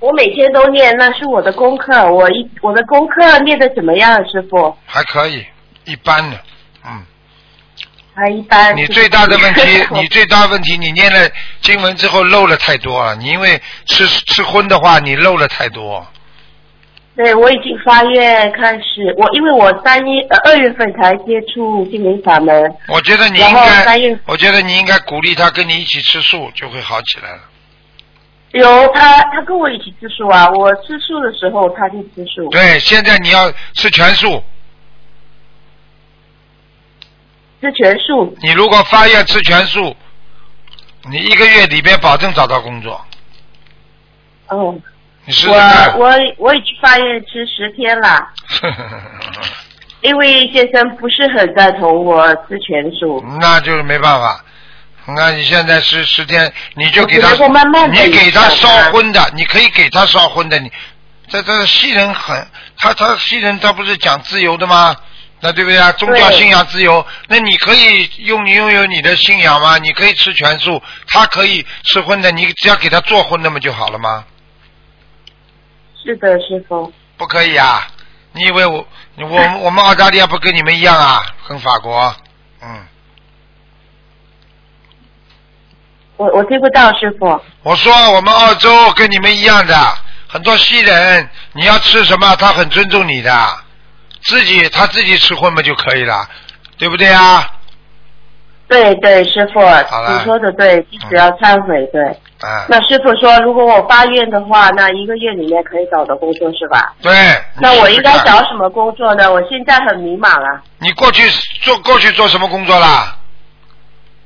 [SPEAKER 8] 我每天都念，那是我的功课。我一我的功课念的怎么样，师傅？
[SPEAKER 1] 还可以，一般的，嗯。
[SPEAKER 8] 还啊一般。，
[SPEAKER 1] 你最大的问题你最大问题，你念了经文之后漏了太多了。你因为吃吃荤的话，你漏了太多。
[SPEAKER 8] 对，我已经发愿开始，我因为我三一呃二月份才接触心灵法门，
[SPEAKER 1] 我觉得你应
[SPEAKER 8] 然后三月
[SPEAKER 1] 该，我觉得你应该鼓励他跟你一起吃素，就会好起来了。
[SPEAKER 8] 有他他跟我一起吃素啊，我吃素的时候他就吃素，
[SPEAKER 1] 对，现在你要吃全素，
[SPEAKER 8] 吃全素。
[SPEAKER 1] 你如果发愿吃全素，你一个月里边保证找到工作。
[SPEAKER 8] 哦，
[SPEAKER 1] 你试试看。
[SPEAKER 8] 我我我已经发愿吃十天了，因为先生不是很赞同我吃全素。
[SPEAKER 1] 那就是没办法。那你现在是十天，你就给他
[SPEAKER 8] 我只能够慢慢，地
[SPEAKER 1] 你给他
[SPEAKER 8] 影响
[SPEAKER 1] 烧
[SPEAKER 8] 他
[SPEAKER 1] 荤的，你可以给他烧荤的。你这这西人很，他他西人他不是讲自由的吗？那对不对啊？宗教
[SPEAKER 8] 对
[SPEAKER 1] 信仰自由，那你可以用你拥有你的信仰吗？你可以吃全素，他可以吃荤的，你只要给他做荤的嘛就好了吗？
[SPEAKER 8] 是的，师傅。
[SPEAKER 1] 不可以啊！你以为我我我们澳大利亚不跟你们一样啊？跟法国，嗯。
[SPEAKER 8] 我我听不到师傅，
[SPEAKER 1] 我说我们澳洲跟你们一样的，很多西人，你要吃什么，他很尊重你的，自己他自己吃荤嘛就可以了，对不对啊？
[SPEAKER 8] 对对，师傅，
[SPEAKER 1] 了
[SPEAKER 8] 你说的
[SPEAKER 1] 嗯
[SPEAKER 8] 对，一直要忏悔，对。
[SPEAKER 1] 啊，
[SPEAKER 8] 那师傅说，如果我发愿的话，那一个月里面可以找到工作是吧？
[SPEAKER 1] 对。
[SPEAKER 8] 那
[SPEAKER 1] 你
[SPEAKER 8] 我
[SPEAKER 1] 试试
[SPEAKER 8] 应该
[SPEAKER 1] 看
[SPEAKER 8] 找什么工作呢？我现在很迷茫啊，
[SPEAKER 1] 你过去做过去做什么工作啦？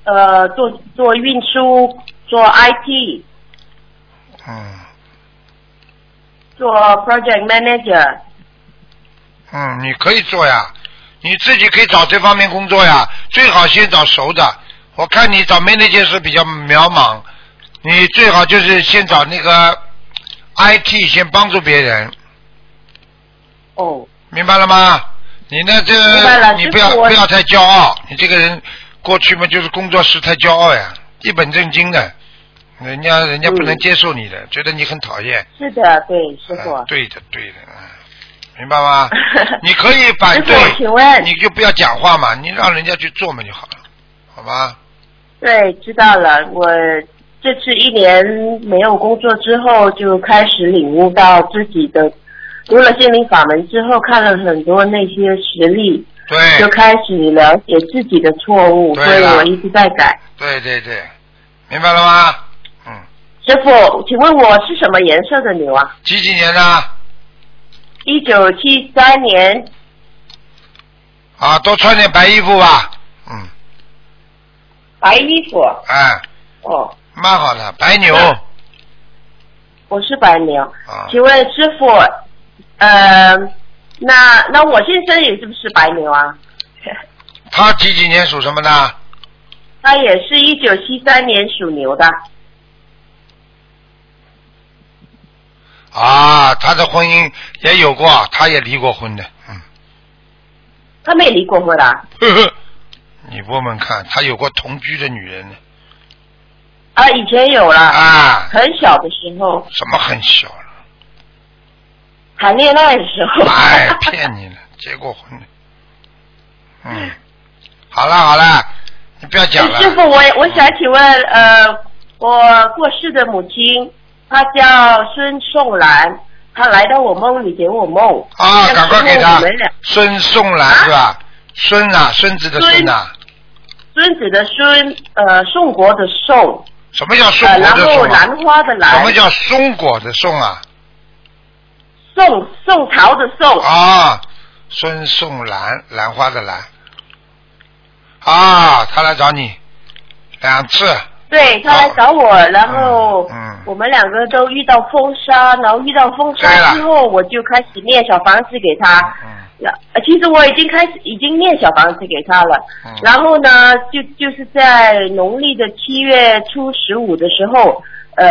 [SPEAKER 8] 呃，做做运输，做 IT，
[SPEAKER 1] 嗯
[SPEAKER 8] 做 project manager。
[SPEAKER 1] 嗯，你可以做呀，你自己可以找这方面工作呀，最好先找熟的。我看你找 manager 是比较渺茫，你最好就是先找那个 IT 先帮助别人。
[SPEAKER 8] 哦。
[SPEAKER 1] 明白了吗？你呢？这
[SPEAKER 8] 明白了
[SPEAKER 1] 你
[SPEAKER 8] 师
[SPEAKER 1] 不要
[SPEAKER 8] 傅我
[SPEAKER 1] 不要太骄傲，你这个人过去嘛就是工作时太骄傲呀，一本正经的，人家人家不能接受你的，觉得你很讨厌。
[SPEAKER 8] 是的，对，嗯师傅。
[SPEAKER 1] 嗯对的，对的，嗯明白 吗？你可以反
[SPEAKER 8] 师
[SPEAKER 1] 对
[SPEAKER 8] 傅，请问
[SPEAKER 1] 你就不要讲话嘛，你让人家去做嘛就好了，好吧？
[SPEAKER 8] 对，知道了。我这次一年没有工作之后，就开始领悟到自己的，读了心灵法门之后，看了很多那些实例，就
[SPEAKER 1] 对，
[SPEAKER 8] 开始了解自己的错误，
[SPEAKER 1] 对
[SPEAKER 8] 所以
[SPEAKER 1] 了
[SPEAKER 8] 我一直在改。
[SPEAKER 1] 对对对，明白了吗？嗯，
[SPEAKER 8] 师傅，请问我是什么颜色的牛啊？
[SPEAKER 1] 几几年的？
[SPEAKER 8] 一九七三年，
[SPEAKER 1] 啊，多穿点白衣服吧，嗯，
[SPEAKER 8] 白衣服。
[SPEAKER 1] 哎，
[SPEAKER 8] 哦，
[SPEAKER 1] 蛮好的，白牛。
[SPEAKER 8] 我是白牛。
[SPEAKER 1] 啊，
[SPEAKER 8] 请问师傅，呃，那那我先生也是不是白牛啊？
[SPEAKER 1] 他几几年属什么的？
[SPEAKER 8] 他也是一九七三年属牛的。
[SPEAKER 1] 啊，他的婚姻也有过，他也离过婚的。嗯，
[SPEAKER 8] 他没离过婚啊？
[SPEAKER 1] 呵 呵，嗯你问问看，他有过同居的女人呢？
[SPEAKER 8] 啊，以前有啦，
[SPEAKER 1] 啊，
[SPEAKER 8] 很小的时候
[SPEAKER 1] 什么很小了？
[SPEAKER 8] 谈恋爱的时候。
[SPEAKER 1] 哎， 骗你了，结过婚的。嗯，好了好了，你不要讲了。
[SPEAKER 8] 哎师傅，我我想请问，呃，我过世的母亲，她叫孙颂兰，她来到我梦里给我梦。
[SPEAKER 1] 啊，赶快给他
[SPEAKER 8] 哎我们俩
[SPEAKER 1] 孙颂兰是吧？孙啊，孙子的孙啊呐、
[SPEAKER 8] 孙子的孙，呃，宋国的宋，
[SPEAKER 1] 什么叫宋
[SPEAKER 8] 呃，
[SPEAKER 1] 国
[SPEAKER 8] 然
[SPEAKER 1] 的
[SPEAKER 8] 后
[SPEAKER 1] 宋、啊？
[SPEAKER 8] 兰花的兰，
[SPEAKER 1] 什么叫松果的宋啊？
[SPEAKER 8] 宋宋朝的宋？
[SPEAKER 1] 啊，孙颂兰，兰花的兰。啊，他来找你两次，
[SPEAKER 8] 对他来找我，然后
[SPEAKER 1] 哦嗯嗯
[SPEAKER 8] 我们两个都遇到风沙，然后遇到风沙
[SPEAKER 1] 对
[SPEAKER 8] 之
[SPEAKER 1] 了
[SPEAKER 8] 后，我就开始念小房子给他。
[SPEAKER 1] 嗯，
[SPEAKER 8] 那呃其实我已经开始已经念小房子给他了，
[SPEAKER 1] 嗯
[SPEAKER 8] 然后呢，就就是在农历的七月初十五的时候，呃，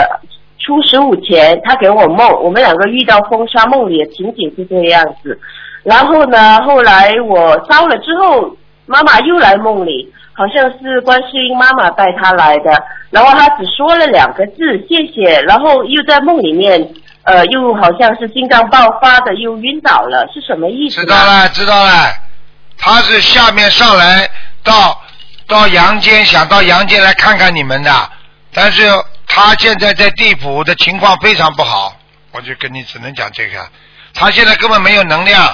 [SPEAKER 8] 初十五前，他给我梦，我们两个遇到风沙，梦里的情景是这个样子。然后呢，后来我烧了之后，妈妈又来梦里，好像是观世音妈妈带她来的，然后她只说了两个字“谢谢”，然后又在梦里面。呃，又好像是心脏爆发的，又晕倒了，是什么意思啊
[SPEAKER 1] 知
[SPEAKER 8] 呢？
[SPEAKER 1] 道了，知道了。他是下面上来到到阳间，想到阳间来看看你们的，但是他现在在地府的情况非常不好，我就跟你只能讲这个。他现在根本没有能量，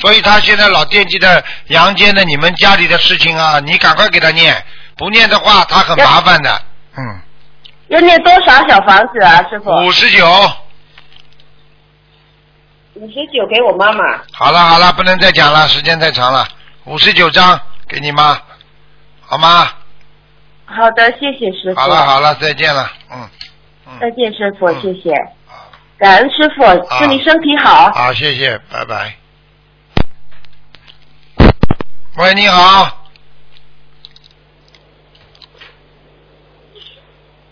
[SPEAKER 1] 所以他现在老惦记着阳间的你们家里的事情啊，你赶快给他念，不念的话他很麻烦的。嗯，
[SPEAKER 8] 要念多少小房子啊，师傅？
[SPEAKER 1] 五十九，
[SPEAKER 8] 五十九给我妈妈。
[SPEAKER 1] 好了好了，不能再讲了，时间太长了，五十九章给你妈，好吗？
[SPEAKER 8] 好的，谢谢师傅。
[SPEAKER 1] 好了好了，再见了，嗯
[SPEAKER 8] 再
[SPEAKER 1] 嗯，
[SPEAKER 8] 见，师傅，
[SPEAKER 1] 嗯
[SPEAKER 8] 谢谢。
[SPEAKER 1] 好
[SPEAKER 8] 感恩师傅，祝你身体好。
[SPEAKER 1] 好，谢谢，拜拜。喂，你好。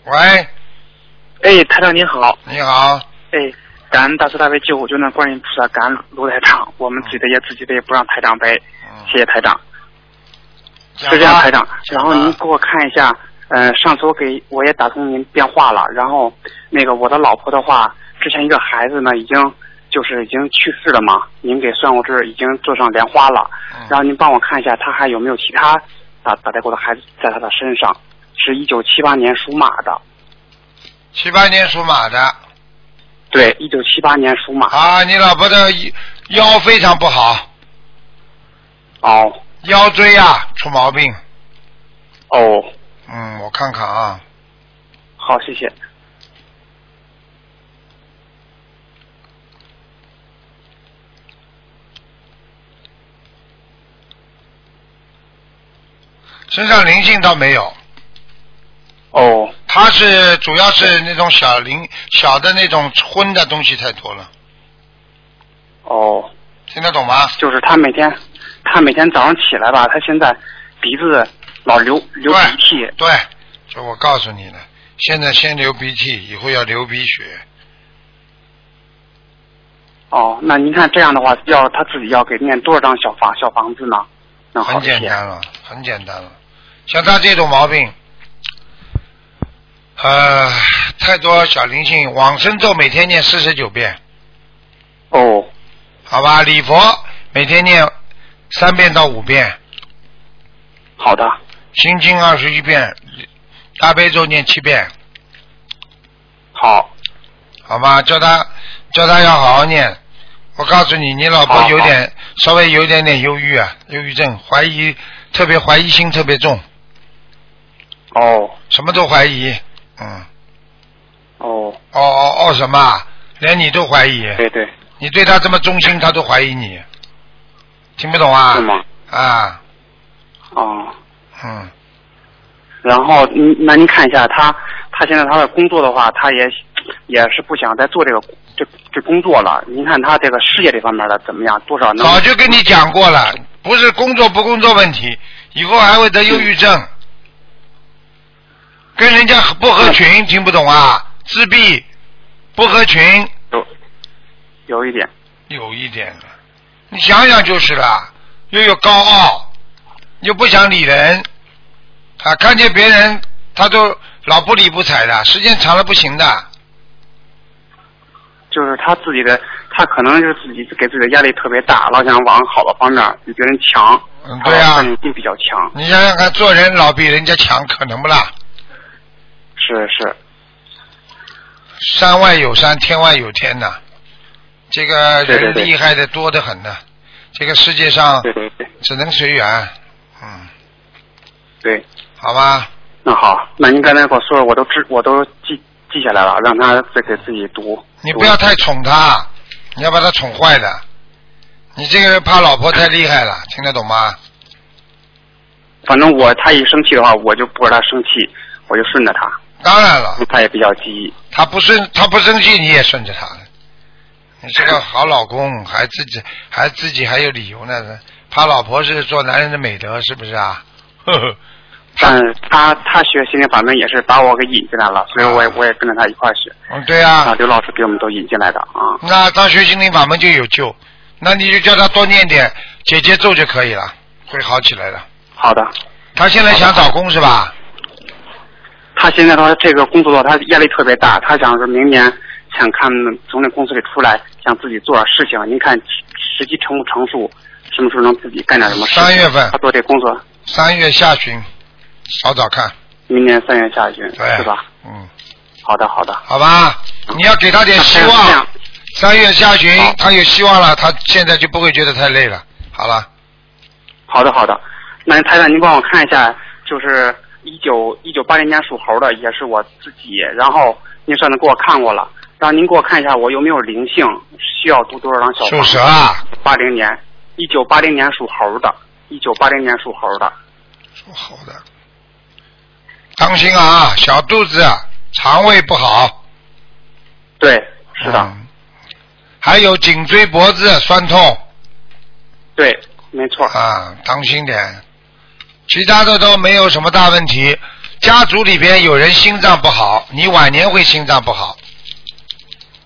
[SPEAKER 1] 喂，
[SPEAKER 3] 哎，台长您好，
[SPEAKER 1] 你好，
[SPEAKER 3] 哎，感恩大慈大悲救苦救难观世音菩萨，感恩卢台长，我们自己的业自己的也不让台长背，
[SPEAKER 1] 嗯，
[SPEAKER 3] 谢谢台长。
[SPEAKER 1] 讲
[SPEAKER 3] 是这样，
[SPEAKER 1] 吧
[SPEAKER 3] 台长。然嗯后您
[SPEAKER 1] 讲吧
[SPEAKER 3] 给我看一下，嗯、上次我给我也打通您电话了。然后那个我的老婆的话，之前一个孩子呢已经就是已经去世了嘛，您给算过这已经做上莲花了。
[SPEAKER 1] 嗯
[SPEAKER 3] 然后您帮我看一下，他还有没有其他打打带过的孩子在他的身上？是一九七八年属马的，
[SPEAKER 1] 七八年属马的
[SPEAKER 3] 对，一九七八年属马。
[SPEAKER 1] 啊，你老婆的腰腰非常不好，
[SPEAKER 3] 哦，
[SPEAKER 1] 腰椎啊出毛病，
[SPEAKER 3] 哦，
[SPEAKER 1] 嗯，我看看啊，
[SPEAKER 3] 好，谢谢。
[SPEAKER 1] 身上灵性倒没有，
[SPEAKER 3] 哦，
[SPEAKER 1] 他是主要是那种小灵小的那种荤的东西太多了，
[SPEAKER 3] 哦，
[SPEAKER 1] 听得懂吗？
[SPEAKER 3] 就是他每天，他每天早上起来吧，他现在鼻子老流流鼻涕，
[SPEAKER 1] 对，就我告诉你了，现在先流鼻涕，以后要流鼻血，
[SPEAKER 3] 哦，那您看这样的话，要他自己要给念多少张小房小房子呢？那好
[SPEAKER 1] 很
[SPEAKER 3] 一些
[SPEAKER 1] 简单了，很简单了。像他这种毛病，呃，太多小灵性，往生咒每天念四十九遍，
[SPEAKER 3] 哦，
[SPEAKER 1] 好吧？礼佛每天念三遍到五遍，
[SPEAKER 3] 好的，
[SPEAKER 1] 心经二十一遍，大悲咒念七遍，
[SPEAKER 3] 好，
[SPEAKER 1] 好吗？叫他叫他要好好念。我告诉你，你老婆
[SPEAKER 3] 好
[SPEAKER 1] 有点稍微有一点点忧郁啊，忧郁症，怀疑特别怀疑心特别重，
[SPEAKER 3] 哦，
[SPEAKER 1] 什么都怀疑，嗯。
[SPEAKER 3] 哦，
[SPEAKER 1] 哦哦哦什么啊？连你都怀疑？
[SPEAKER 3] 对对，
[SPEAKER 1] 你对他这么忠心，他都怀疑你，听不懂啊
[SPEAKER 3] 是？吗？
[SPEAKER 1] 啊，
[SPEAKER 3] 哦，
[SPEAKER 1] 嗯，
[SPEAKER 3] 然后嗯那您看一下他，他现在他的工作的话，他也也是不想再做这个这这工作了。您看他这个事业这方面的怎么样？多少能？
[SPEAKER 1] 早就跟你讲过了，不是工作不工作问题，以后还会得忧郁症，跟人家不合群，听不懂啊？自闭，不合群，
[SPEAKER 3] 有有一点，
[SPEAKER 1] 有一点了，你想想就是啦，又有高傲，又不想理人，啊，看见别人他都老不理不睬的，时间长了不行的。
[SPEAKER 3] 就是他自己的，他可能是自己给自己的压力特别大，老想往好的方面比别人强，
[SPEAKER 1] 嗯，对呀、
[SPEAKER 3] 他的性比较强，
[SPEAKER 1] 你想想看，做人老比人家强，可能不啦？
[SPEAKER 3] 是是，
[SPEAKER 1] 啊山外有山，天外有天呐。这个
[SPEAKER 3] 对对
[SPEAKER 1] 人
[SPEAKER 3] 对
[SPEAKER 1] 厉害的多得很呐。这个世界上
[SPEAKER 3] 对对对
[SPEAKER 1] 只能随缘，嗯，
[SPEAKER 3] 对。
[SPEAKER 1] 好吧，
[SPEAKER 3] 那好，那您刚才给我说的，我都知，我都记记下来了，让他再给自己读。
[SPEAKER 1] 你
[SPEAKER 3] 读
[SPEAKER 1] 不要太宠他，你要把他宠坏的。你这个人怕老婆太厉害了，听得懂吗？
[SPEAKER 3] 反正我他一生气的话，我就不让他生气，我就顺着他，
[SPEAKER 1] 当然了，
[SPEAKER 3] 他也比较急。
[SPEAKER 1] 他不顺，他不生气，你也顺着他。你是个好老公，还自己还自己还有理由呢，怕老婆是做男人的美德，是不是啊？呵呵。
[SPEAKER 3] 但他他学心灵法门也是把我给引进来了，所以我也我也跟着他一块儿学，
[SPEAKER 1] 嗯，对
[SPEAKER 3] 啊，
[SPEAKER 1] 啊，
[SPEAKER 3] 刘老师给我们都引进来的啊。
[SPEAKER 1] 那他学心灵法门就有救，那你就叫他多念点姐姐咒就可以了，会好起来的。
[SPEAKER 3] 好的，
[SPEAKER 1] 他现在想找工是吧？
[SPEAKER 3] 他现在的话，这个工作的话，他压力特别大，他想是明年想看从那公司里出来，想自己做点事情。您看时时机成不成熟，什么时候能自己干点什么事情？
[SPEAKER 1] 三月份
[SPEAKER 3] 他做这工作，
[SPEAKER 1] 三月下旬，找找看，
[SPEAKER 3] 明年三月下旬
[SPEAKER 1] 对，
[SPEAKER 3] 是吧？？
[SPEAKER 1] 嗯，
[SPEAKER 3] 好的，好的。
[SPEAKER 1] 好吧，你要给他点
[SPEAKER 3] 那
[SPEAKER 1] 希
[SPEAKER 3] 还有这样
[SPEAKER 1] 望。三月下旬
[SPEAKER 3] 好
[SPEAKER 1] 他有希望了，他现在就不会觉得太累了。好了，
[SPEAKER 3] 好的，好的。那台长，您帮我看一下，就是一九一九八零年属猴的，也是我自己。然后您上次给我看过了，让您给我看一下我有没有灵性，需要读多少张小
[SPEAKER 1] 属
[SPEAKER 3] 房
[SPEAKER 1] 蛇
[SPEAKER 3] 子？
[SPEAKER 1] 啊，
[SPEAKER 3] 八零年，一九八零年属猴的，一九八零年属猴的。
[SPEAKER 1] 属猴的，当心啊，小肚子，肠胃不好。
[SPEAKER 3] 对，是的，
[SPEAKER 1] 嗯还有颈椎脖子酸痛。
[SPEAKER 3] 对，没错。
[SPEAKER 1] 啊，当心点。其他的都没有什么大问题。家族里边有人心脏不好，你晚年会心脏不好。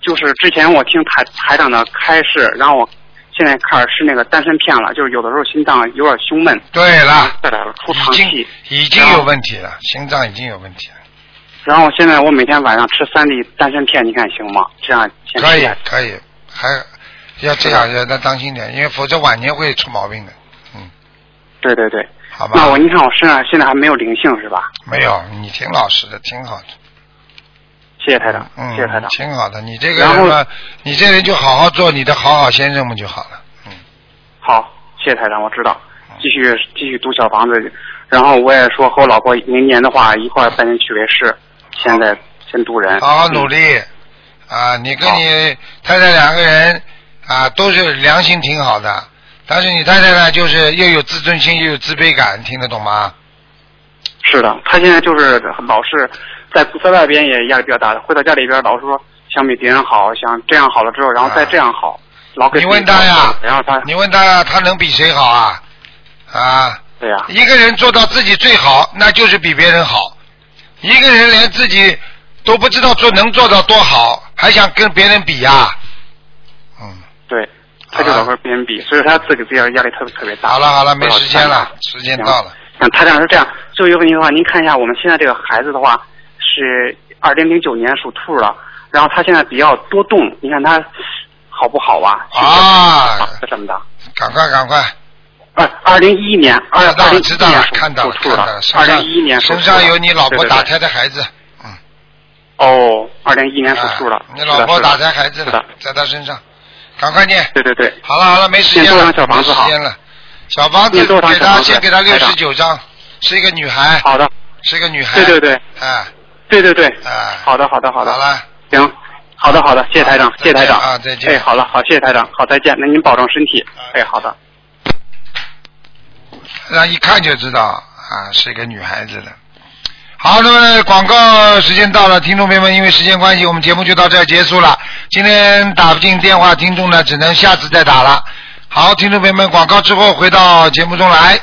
[SPEAKER 3] 就是之前我听台台长的开示，然后我现在开始吃那个丹参片了，就是有的时候心脏有点胸闷，
[SPEAKER 1] 对了，
[SPEAKER 3] 带来了出
[SPEAKER 1] 已
[SPEAKER 3] 长
[SPEAKER 1] 经
[SPEAKER 3] 气。
[SPEAKER 1] 已经有问题了，心脏已经有问题了。
[SPEAKER 3] 然后现在我每天晚上吃三粒丹参片，你看行吗？这样先
[SPEAKER 1] 可
[SPEAKER 3] 吃
[SPEAKER 1] 以
[SPEAKER 3] 点
[SPEAKER 1] 可以，还要这样要当心点，因为否则晚年会出毛病的，嗯
[SPEAKER 3] 对对对。
[SPEAKER 1] 好吧
[SPEAKER 3] 那？我你看我身上现在还没有灵性是吧？
[SPEAKER 1] 没有，你挺老实的，挺好的。
[SPEAKER 3] 谢谢台长，
[SPEAKER 1] 嗯，
[SPEAKER 3] 谢谢台长。
[SPEAKER 1] 挺好的。你这个
[SPEAKER 3] 然
[SPEAKER 1] 人
[SPEAKER 3] 后
[SPEAKER 1] 嘛，你这人就好好做你的好好先生们就好了。嗯，嗯
[SPEAKER 3] 好，谢谢台长，我知道，继续继续读小房子，然后我也说和我老婆明年的话一块儿搬进去为师，现在先渡人。嗯
[SPEAKER 1] 好好努力、啊！你跟你太太两个人啊，都是良心挺好的，但是你太太呢，就是又有自尊心又有自卑感，听得懂吗？
[SPEAKER 3] 是的，他现在就是老是在在外边也压力比较大，回到家里边老是说想比别人好，想这样好了之后，然后再这样好，老
[SPEAKER 1] 嗯
[SPEAKER 3] 给
[SPEAKER 1] 你问他呀，
[SPEAKER 3] 然后他
[SPEAKER 1] 你问他，他能比谁好啊？啊，
[SPEAKER 3] 对呀、
[SPEAKER 1] 一个人做到自己最好，那就是比别人好。一个人连自己都不知道做能做到多好，还想跟别人比呀、嗯
[SPEAKER 3] 对，他就老跟别人比，所以他自己自己压力特别特别大。
[SPEAKER 1] 好了好了，没
[SPEAKER 3] 不知道
[SPEAKER 1] 时间
[SPEAKER 3] 干嘛
[SPEAKER 1] 了，时间到了。
[SPEAKER 3] 像他这样是这样。最后一个问题的话，您看一下我们现在这个孩子的话是二零零九年属兔的，然后他现在比较多动，你看他好不好啊？
[SPEAKER 1] 啊，
[SPEAKER 3] 这么大。
[SPEAKER 1] 赶快赶快！
[SPEAKER 3] 二二零一一年，啊二
[SPEAKER 1] 知道
[SPEAKER 3] 二
[SPEAKER 1] 了
[SPEAKER 3] 零
[SPEAKER 1] 知
[SPEAKER 3] 一
[SPEAKER 1] 道
[SPEAKER 3] 年
[SPEAKER 1] 了，
[SPEAKER 3] 属
[SPEAKER 1] 看到了
[SPEAKER 3] 属兔
[SPEAKER 1] 看到
[SPEAKER 3] 的
[SPEAKER 1] 了，，身
[SPEAKER 3] 二零
[SPEAKER 1] 上
[SPEAKER 3] 一一年属
[SPEAKER 1] 身
[SPEAKER 3] 兔
[SPEAKER 1] 上
[SPEAKER 3] 的
[SPEAKER 1] 有你老婆打。胎
[SPEAKER 3] 对对对
[SPEAKER 1] 的孩子，啊
[SPEAKER 3] 哦，二零一一年属兔的。
[SPEAKER 1] 你老婆打胎孩子
[SPEAKER 3] 是的是的
[SPEAKER 1] 了，在他身上，赶快念。
[SPEAKER 3] 对对对。
[SPEAKER 1] 好了好了，没时间
[SPEAKER 3] 念多
[SPEAKER 1] 了，
[SPEAKER 3] 少小房子
[SPEAKER 1] 没
[SPEAKER 3] 好
[SPEAKER 1] 时间了。小房子
[SPEAKER 3] 念多少
[SPEAKER 1] 给
[SPEAKER 3] 小房
[SPEAKER 1] 他
[SPEAKER 3] 子
[SPEAKER 1] 先给他六
[SPEAKER 3] 台长
[SPEAKER 1] 十九张，是一个女孩，
[SPEAKER 3] 好的，
[SPEAKER 1] 是一个女孩。
[SPEAKER 3] 对对对，
[SPEAKER 1] 哎
[SPEAKER 3] 对对对，
[SPEAKER 1] 哎，
[SPEAKER 3] 好的好的好
[SPEAKER 1] 好
[SPEAKER 3] 的，
[SPEAKER 1] 了，
[SPEAKER 3] 行，好的好的，谢谢台长，谢谢台长
[SPEAKER 1] 啊再见啊
[SPEAKER 3] 哎，好了好，谢谢台长，好再见，那您保重身体，哎，好的。
[SPEAKER 1] 让一看就知道啊，是一个女孩子的。好，那么广告时间到了，听众朋友们，因为时间关系，我们节目就到这儿结束了。今天打不进电话，听众呢只能下次再打了。好，听众朋友们，广告之后回到节目中来。